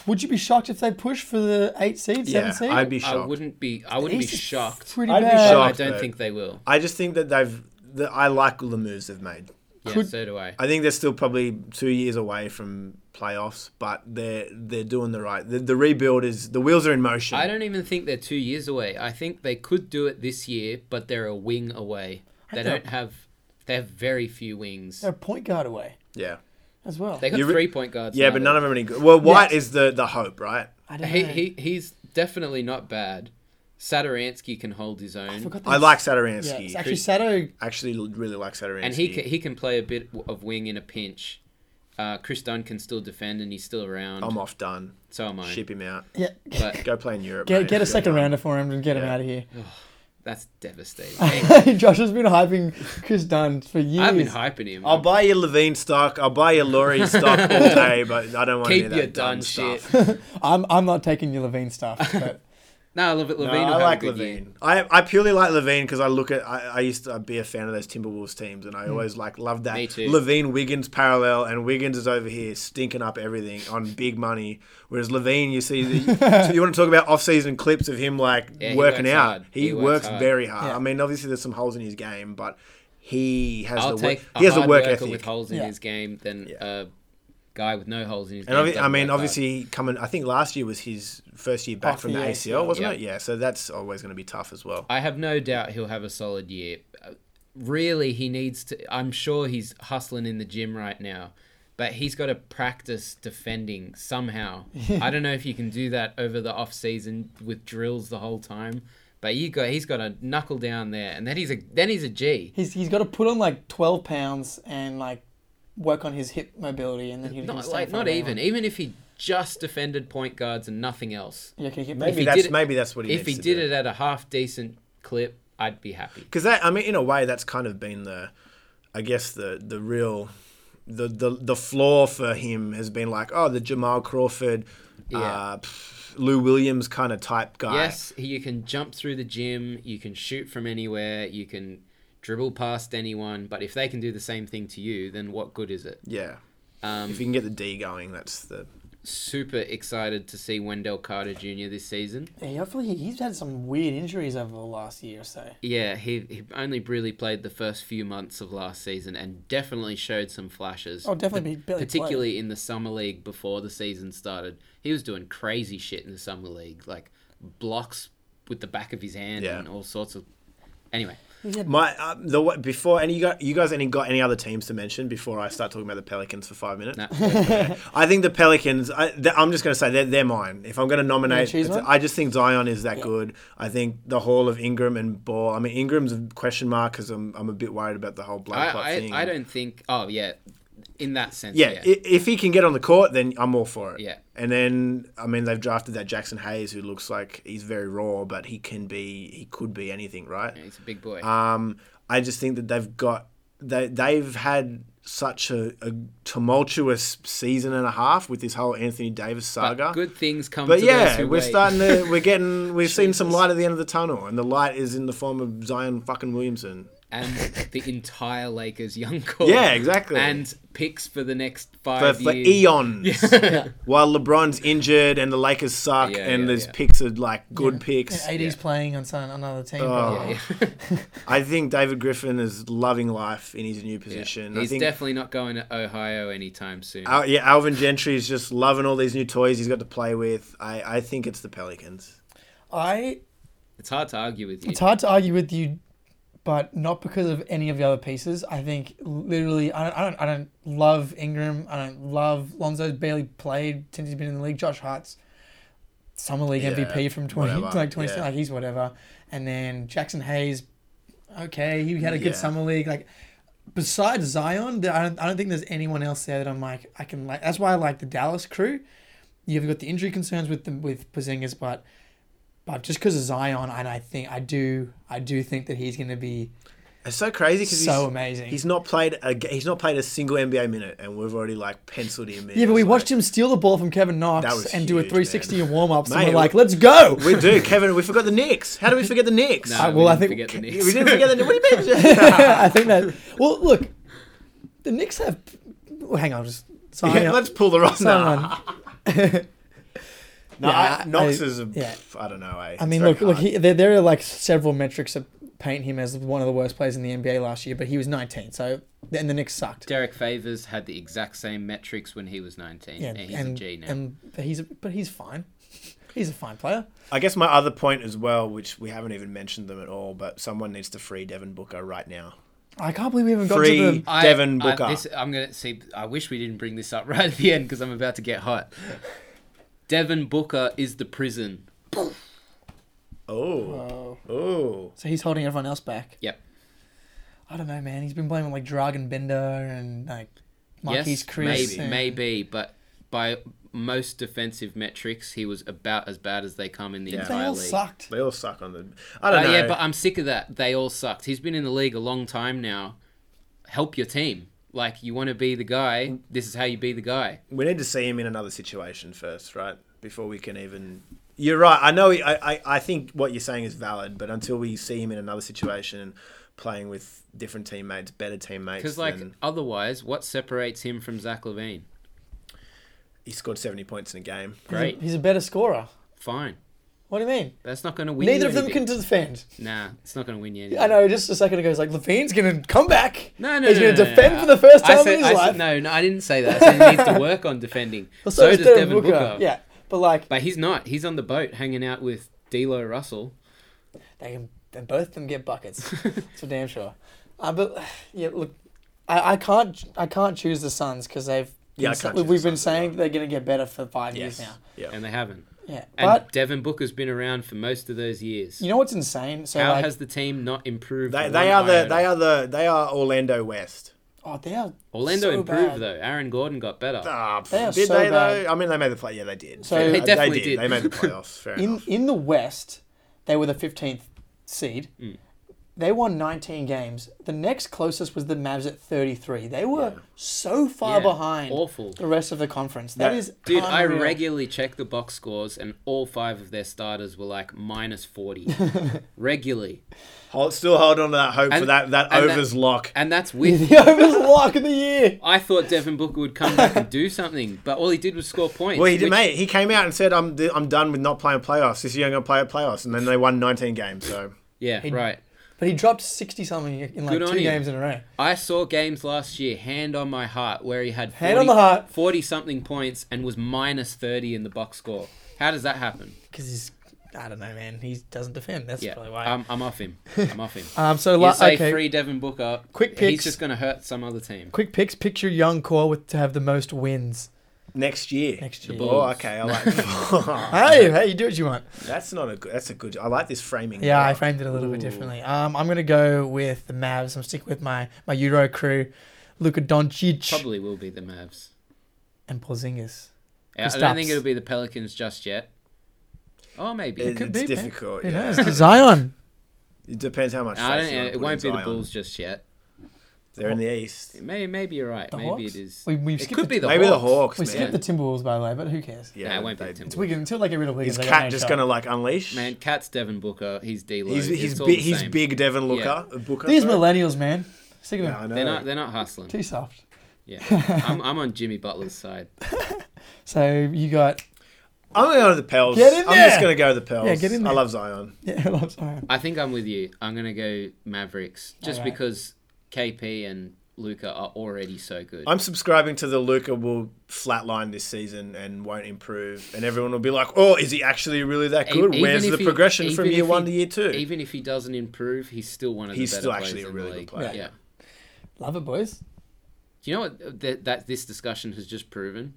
S2: Would you be shocked if they push for the eight seed, seven
S1: yeah.
S2: seed?
S1: I'd be
S3: I
S1: shocked.
S3: wouldn't be. I wouldn't be
S2: East is
S3: shocked.
S2: Pretty
S1: I'd be
S2: bad.
S3: but I
S1: shocked,
S3: don't
S1: though.
S3: think they will.
S1: I just think that they've. That I like all the moves they've made.
S3: Yeah,
S2: Could-
S3: so do I.
S1: I think they're still probably two years away from playoffs, but they're they're doing the right. The, the rebuild is the wheels are in motion.
S3: I don't even think they're two years away. I think they could do it this year, but they're a wing away. They
S2: don't-
S3: don't have. They have very few wings.
S2: They're a point guard away
S1: yeah,
S2: as well.
S3: They got
S1: You re-
S3: three point guards.
S1: yeah,
S3: now,
S1: but
S3: though.
S1: none of them are any good. Well, White is the the hope, right?
S2: I don't
S3: He,
S2: know.
S3: he he's definitely not bad. Saturansky can hold his
S2: I,
S3: own,
S2: forgot
S1: I
S2: that-
S1: like
S2: Yeah,
S1: Saturansky.
S2: it's actually Sato.
S1: actually, l- really like Saturansky.
S3: and he can, he can play a bit w- of wing in a pinch. Uh, Chris Dunn can still defend, and he's still around.
S1: I'm off done.
S3: so am I.
S1: Ship him out.
S2: Yeah,
S3: But
S1: Go play in Europe.
S2: get
S1: mate.
S2: get a
S1: Go
S2: second
S1: done.
S2: rounder for him and get him
S1: Yeah.
S2: out of here.
S3: That's devastating.
S2: Josh has been hyping Chris Dunn for years.
S3: I've been hyping him.
S1: I'll buy your Levine stock. I'll buy your Laurie stock all day, but I don't want
S3: Keep
S1: to do that
S3: your
S1: dumb
S3: done shit.
S1: stuff.
S2: I'm I'm not taking your Levine stuff. But
S3: no, I love it.
S1: No,
S3: Levine. will
S1: I
S3: have
S1: like
S3: a good year.
S1: Levine. I, I purely like Levine because I look at I, I used to be a fan of those Timberwolves teams and I always like loved that
S3: Mm. Me too.
S1: Levine Wiggins parallel and Wiggins is over here stinking up everything on big money whereas Levine you see the, so you want to talk about off season clips of him like
S3: Yeah, he
S1: working
S3: works
S1: out
S3: hard.
S1: he,
S3: He works
S1: works,
S3: hard.
S1: very hard
S2: Yeah.
S1: I mean obviously there's some holes in his game but he has
S3: I'll
S1: the work,
S3: take a
S1: he has a
S3: hard
S1: work
S3: worker
S1: ethic
S3: with holes in
S2: Yeah.
S3: his game than
S1: Yeah.
S3: a guy with no holes in his
S1: And
S3: game.
S1: obvi- I
S3: doesn't work
S1: mean,
S3: hard.
S1: obviously, coming. I think last year was his first year back
S2: Off
S1: from
S2: the
S1: the ACL,
S2: ACL,
S1: wasn't
S3: yeah.
S1: it? Yeah. So that's always going to be tough as well.
S3: I have no doubt he'll have a solid year. Uh, Really, he needs to. I'm sure he's hustling in the gym right now, but he's got to practice defending somehow. I don't know if you can do that over the off season with drills the whole time, but you got he's got to knuckle down there, and then he's a then he's a G.
S2: he's he's got to put on like 12 pounds and like work on his hip mobility and then he can
S3: Not
S2: stand
S3: like
S2: in front
S3: not
S2: of
S3: even
S2: anyone.
S3: even if he just defended point guards and nothing else.
S2: Yeah, can you get
S1: Maybe
S3: he
S1: that's
S3: did it-
S1: maybe that's what he
S3: If he did it at a half decent clip, I'd be happy.
S1: because that I mean, in a way, that's kind of been the, I guess the the real, the the the flaw for him has been like, oh, the Jamal Crawford,
S3: Yeah.
S1: uh, pff, Lou Williams kind of type guy.
S3: Yes, you can jump through the gym, you can shoot from anywhere, you can dribble past anyone, but if they can do the same thing to you, then what good is it?
S1: Yeah.
S3: Um,
S1: if you can get the D going, that's the
S3: Super excited to see Wendell Carter Jr. this season.
S2: Yeah, hopefully he- he's had some weird injuries over the last year or so.
S3: Yeah, he, he only really played the first few months of last season and definitely showed some flashes.
S2: Oh, definitely. he barely played.
S3: particularly in the summer league before the season started. He was doing crazy shit in the summer league, like blocks with the back of his hand
S1: Yeah.
S3: and all sorts of. Anyway,
S2: He's had-
S1: my uh, the what before. And you got you guys any got any other teams to mention before I start talking about the Pelicans for five minutes?
S3: no,
S1: I think the Pelicans. I, th- I'm just going to say they're, they're mine. If I'm going to nominate,
S2: choose one?
S1: I just think Zion is that good. I think the Hall of Ingram and Ball. I mean, Ingram's a question mark because I'm, I'm a bit worried about the whole blood clot
S3: I, I,
S1: thing.
S3: I don't think. Oh yeah, in that sense.
S1: Yeah,
S3: Yeah.
S1: i if he can get on the court, then I'm all for it.
S3: Yeah.
S1: And then I mean, they've drafted that Jackson Hayes, who looks like he's very raw, but he can be, he could be anything, right?
S3: Yeah, He's a big boy.
S1: Um, I just think that they've got they they've had such a, a tumultuous season and a half with this whole Anthony Davis
S3: but
S1: saga.
S3: good things come.
S1: But
S3: to those
S1: yeah,
S3: who
S1: we're
S3: wait.
S1: starting to we're getting we've seen some light at the end of the tunnel, and the light is in the form of Zion fucking Williamson.
S3: And the entire Lakers young core.
S1: Yeah, exactly.
S3: And picks for the next
S1: for,
S3: five
S1: for
S3: years.
S1: eons, while LeBron's injured and the Lakers suck,
S3: Yeah,
S1: and
S3: yeah,
S1: these
S3: yeah.
S1: picks are like good picks.
S2: Yeah, AD's playing on some, another team.
S1: Oh.
S3: Yeah.
S1: I think David Griffin is loving life in his new position. I
S3: He's
S1: think Uh,
S3: definitely not going to Ohio anytime soon.
S1: Al- yeah, Alvin Gentry is just loving all these new toys he's got to play with. I, I think it's the Pelicans.
S2: I
S3: it's hard to argue with you.
S2: It's hard to argue with you, but not because of any of the other pieces. I think literally, I don't, I don't, I don't love Ingram. I don't love Lonzo's barely played since he's been in the league. Josh Hart's summer league
S1: Yeah,
S2: MVP from twenty,
S1: whatever,
S2: like twenty,
S1: yeah.
S2: like he's whatever. And then Jackson Hayes, okay, he had a good
S1: Yeah.
S2: summer league. Like besides Zion, there- I don't, I don't think there's anyone else there that I'm like I can like. That's why I like the Dallas crew. You've got the injury concerns with them with Porzingis, but but just because of Zion, and I think I do, I do think that he's going to be
S1: It's so crazy because
S2: so
S1: he's,
S2: amazing.
S1: he's not played a g- he's not played a single NBA minute, and we've already like penciled him in.
S2: yeah, but we
S1: It's
S2: watched him steal the ball from Kevin Knox
S1: That was
S2: and do a
S1: huge,
S2: 360
S1: man.
S2: in warm ups, and
S1: Mate,
S2: we're like,
S1: we-
S2: "Let's go!"
S1: like, we do, Kevin. We forgot the Knicks. How do we forget the Knicks?
S3: No,
S2: I-
S3: we
S2: well, I
S3: didn't
S2: think-
S3: forget the
S1: We
S3: Knicks.
S1: didn't forget the. What do you mean?
S2: I think that. Well, look, the Knicks have. well, hang on, just Zion.
S1: Yeah, let's pull the roster.
S2: Zion.
S1: No,
S2: Yeah,
S1: I, Knox
S2: I-
S1: is a.
S2: yeah.
S1: pff, I don't know. eh?
S2: I
S1: It's
S2: mean,
S1: very
S2: look, look.
S1: hard.
S2: He, there, there are like several metrics that paint him as one of the worst players in the NBA last year, but he was 19, so and the Knicks sucked.
S3: Derek Favors had the exact same metrics when he was 19,
S2: Yeah,
S3: and he's
S2: and,
S3: a G now.
S2: and but he's but he's fine. He's a fine player.
S1: I guess my other point as well, which we haven't even mentioned them at all, but someone needs to free Devin Booker right now.
S2: I can't believe we haven't got
S1: Free.
S2: to the
S3: I-
S1: Devin
S3: I,
S1: Booker.
S3: this, I'm gonna see. I wish we didn't bring this up right at the end because I'm about to get hot. Devin Booker is the prison.
S1: Oh,
S2: Oh.
S1: oh,
S2: So he's holding everyone else back.
S3: Yep.
S2: I don't know, man. He's been playing with like Dragon Bender and like Marquise
S3: yes,
S2: Chris.
S3: maybe,
S2: and-
S3: maybe, but by most defensive metrics, he was about as bad as they come in the
S1: Yeah.
S2: They
S3: entire
S2: all
S3: league.
S2: sucked.
S1: They all suck on the. I don't
S3: Uh,
S1: know.
S3: yeah, but I'm sick of that. They all sucked. He's been in the league a long time now. Help your team. Like you want to be the guy. This is how you be the guy.
S1: we need to see him in another situation first, right? Before we can even. You're right. I know. I, I, I think what you're saying is valid, but until we see him in another situation and playing with different teammates, better teammates,
S3: Because like
S1: then
S3: otherwise, what separates him from Zach Levine?
S1: he scored 70 points in a game.
S3: Great.
S2: He's a, he's a better scorer.
S3: Fine.
S2: What do you mean?
S3: That's not going to win.
S2: Neither
S3: you
S2: of them
S3: anything.
S2: can defend.
S3: Nah, it's not going to win you.
S2: I
S3: Anything.
S2: know. Just a second ago, he's like Levine's gonna come back.
S3: No, no,
S2: He's
S3: no,
S2: gonna
S3: no, no,
S2: defend
S3: no.
S2: for the first
S3: I
S2: time
S3: said-
S2: in his
S3: I said-
S2: life.
S3: no, no, I didn't say that. I said he needs to work on defending.
S2: Well,
S3: so
S2: is
S3: does
S2: Devin
S3: Devin Booker.
S2: Yeah, but like
S3: But he's not. He's on the boat hanging out with D'Lo Russell.
S2: they can. They both of them get buckets. That's for damn sure. Uh, but yeah, look, I, I can't I can't choose the Suns because they've
S1: Yeah, I
S2: been-
S1: can't choose
S2: we've
S1: the
S2: been
S1: Suns either.
S2: saying they're gonna get better for five
S1: Yes.
S2: years now.
S1: Yeah.
S3: And they haven't.
S2: Yeah,
S3: And
S2: but
S3: Devin Booker's been around for most of those years.
S2: you know what's insane? So
S3: How
S2: like,
S3: has the team not improved?
S1: They,
S3: one
S1: they are the
S3: iota?
S1: they are the they are Orlando West.
S2: oh, they are
S3: Orlando
S2: so
S3: improved
S2: bad.
S3: though. Aaron Gordon got better.
S1: Ah,
S2: They are
S1: did
S2: so
S1: they
S2: bad.
S1: though? I mean, they made the play. Yeah, they did.
S2: So- They
S3: definitely
S1: they
S3: did.
S1: They made the playoffs. Fair
S2: In
S1: enough.
S2: in the West, they were the fifteenth seed.
S3: Mm.
S2: They won nineteen games. The next closest was the Mavs at thirty three. They were so far
S3: Yeah,
S2: behind
S3: awful.
S2: the rest of the conference.
S1: That-
S2: that is
S3: Dude, I
S2: unreal.
S3: regularly check the box scores, and all five of their starters were like minus forty, regularly,
S1: Hold, still hold on to that hope for
S3: And-
S1: that that
S3: and that-
S1: overs lock.
S3: and that's with.
S2: the overs lock of the year.
S3: I thought Devin Booker would come back and do something, but all he did was score points.
S1: Well, he did,
S3: which-
S1: mate. He came out and said, "I'm d- I'm done with not playing playoffs. This year I'm going to play at playoffs." And then they won 19 games. So
S3: Yeah, right.
S2: But he dropped sixty something in like
S3: Good on
S2: two
S3: you.
S2: games in a row.
S3: I saw games last year, hand on my heart, where he had 40,
S2: Hand on the heart.
S3: forty something points and was minus thirty in the box score. How does that happen?
S2: Because he's I don't know, man. He doesn't defend. That's
S3: Yeah,
S2: probably why. Um,
S3: I'm, I'm off him. I'm off him.
S2: so
S3: You
S2: la-
S3: say
S2: okay.
S3: free Devin Booker.
S2: Quick
S3: He's
S2: picks.
S3: just going to hurt some other team.
S2: Quick picks. Picture young core with to have the most wins
S1: next year,
S2: next year.
S3: Bulls.
S1: oh, okay. I like.
S2: Hey, hey, you do what you want.
S1: that's not a good. That's a good. I like this framing.
S2: Yeah, I
S1: Wow.
S2: framed it a little bit differently. Um, I'm gonna go with the Mavs. I'm sticking with my my Euro crew, Luka Doncic
S3: Probably will be the Mavs.
S2: and Porzingis.
S3: I I don't
S2: Kristaps.
S3: think it'll be the Pelicans just yet. Oh, maybe.
S1: It-
S2: could
S1: it's
S2: be, man.
S1: difficult.
S2: Who
S1: yeah.
S2: knows? Zion.
S1: It depends how much.
S3: I
S1: faith
S3: don't,
S1: you wanna
S3: it
S1: put
S3: won't
S1: in
S3: be the
S1: Zion.
S3: Bulls just yet.
S1: They're in the East.
S3: Maybe, maybe you're right.
S2: The
S3: maybe
S2: Hawks?
S3: it is.
S2: We we
S3: It could be the
S1: Maybe the
S3: Hawks.
S1: Hawks,
S2: we
S1: man.
S2: skipped the Timberwolves by the way, but who cares?
S1: Yeah,
S3: Nah, it won't be
S1: they-
S3: the Timberwolves.
S2: It's Wigan until they get rid of
S1: Is
S2: Wiggins. they got
S1: Cat
S2: no
S1: just
S2: shot.
S1: going to like unleash?
S3: Man, Cat's Devin Booker. He's D'Lo.
S1: he's
S3: It's
S1: he's
S3: all
S1: big.
S3: the
S1: He's
S3: same.
S1: big Devin Looker. Booker.
S2: These
S1: sorry.
S2: millennials, man. Sick of
S1: Yeah,
S2: them.
S1: I know.
S3: They're not. They're not hustling.
S2: Too soft.
S3: Yeah, I'm, I'm on Jimmy Butler's side.
S2: So you got
S1: I'm going to go to the Pels.
S2: Get in
S1: I'm just
S2: there.
S1: going to go to the Pels.
S2: Yeah, get in
S1: I
S2: there.
S1: love Zion.
S2: yeah, I love Zion.
S3: I think I'm with you. I'm gonna go Mavericks just
S2: Alright.
S3: because KP and Luca are already so good.
S1: I'm subscribing to the Luca will flatline this season and won't improve, and everyone will be like, "Oh, is he actually really that
S3: E-
S1: good?
S3: even
S1: Where's
S3: if
S1: the
S3: he-
S1: progression from
S3: even
S1: year
S3: if
S1: one
S3: he-
S1: to year two?
S3: Even if he doesn't improve, he's still one of the
S1: He's
S3: better
S1: still
S3: players
S1: actually a
S3: in
S1: really
S3: the
S1: good player.
S3: league. Yeah.
S2: Love it, boys.
S3: Do you know what uh, that, that this discussion has just proven?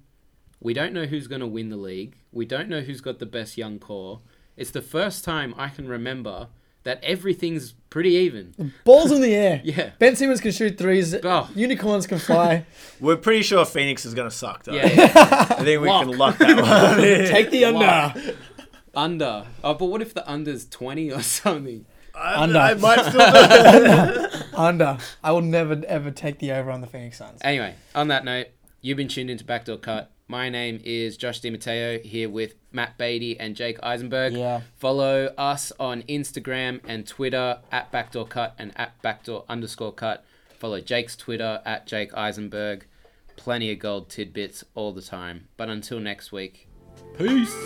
S3: We don't know who's going to win the league. We don't know who's got the best young core. It's the first time I can remember that everything's pretty even.
S2: Balls in the air.
S3: Yeah.
S2: Ben Simmons can shoot threes.
S3: Oh.
S2: Unicorns can fly.
S1: We're pretty sure Phoenix is going to suck, though.
S3: Yeah, yeah.
S1: I think we can lock
S3: Lock.
S1: that one. in.
S2: Take the
S3: Wow.
S2: under.
S3: under. Oh, but what if the under's 20 or something?
S1: I,
S2: Under.
S1: I might still do it.
S2: Under. I will never ever take the over on the Phoenix Suns.
S3: Anyway, on that note, you've been tuned into Backdoor Cut. My name is Josh DiMatteo here with Matt Beatty and Jake Eisenberg.
S2: Yeah.
S3: Follow us on Instagram and Twitter at Backdoor Cut and at Backdoor underscore Cut. Follow Jake's Twitter at Jake Eisenberg. Plenty of gold tidbits all the time. But until next week, peace.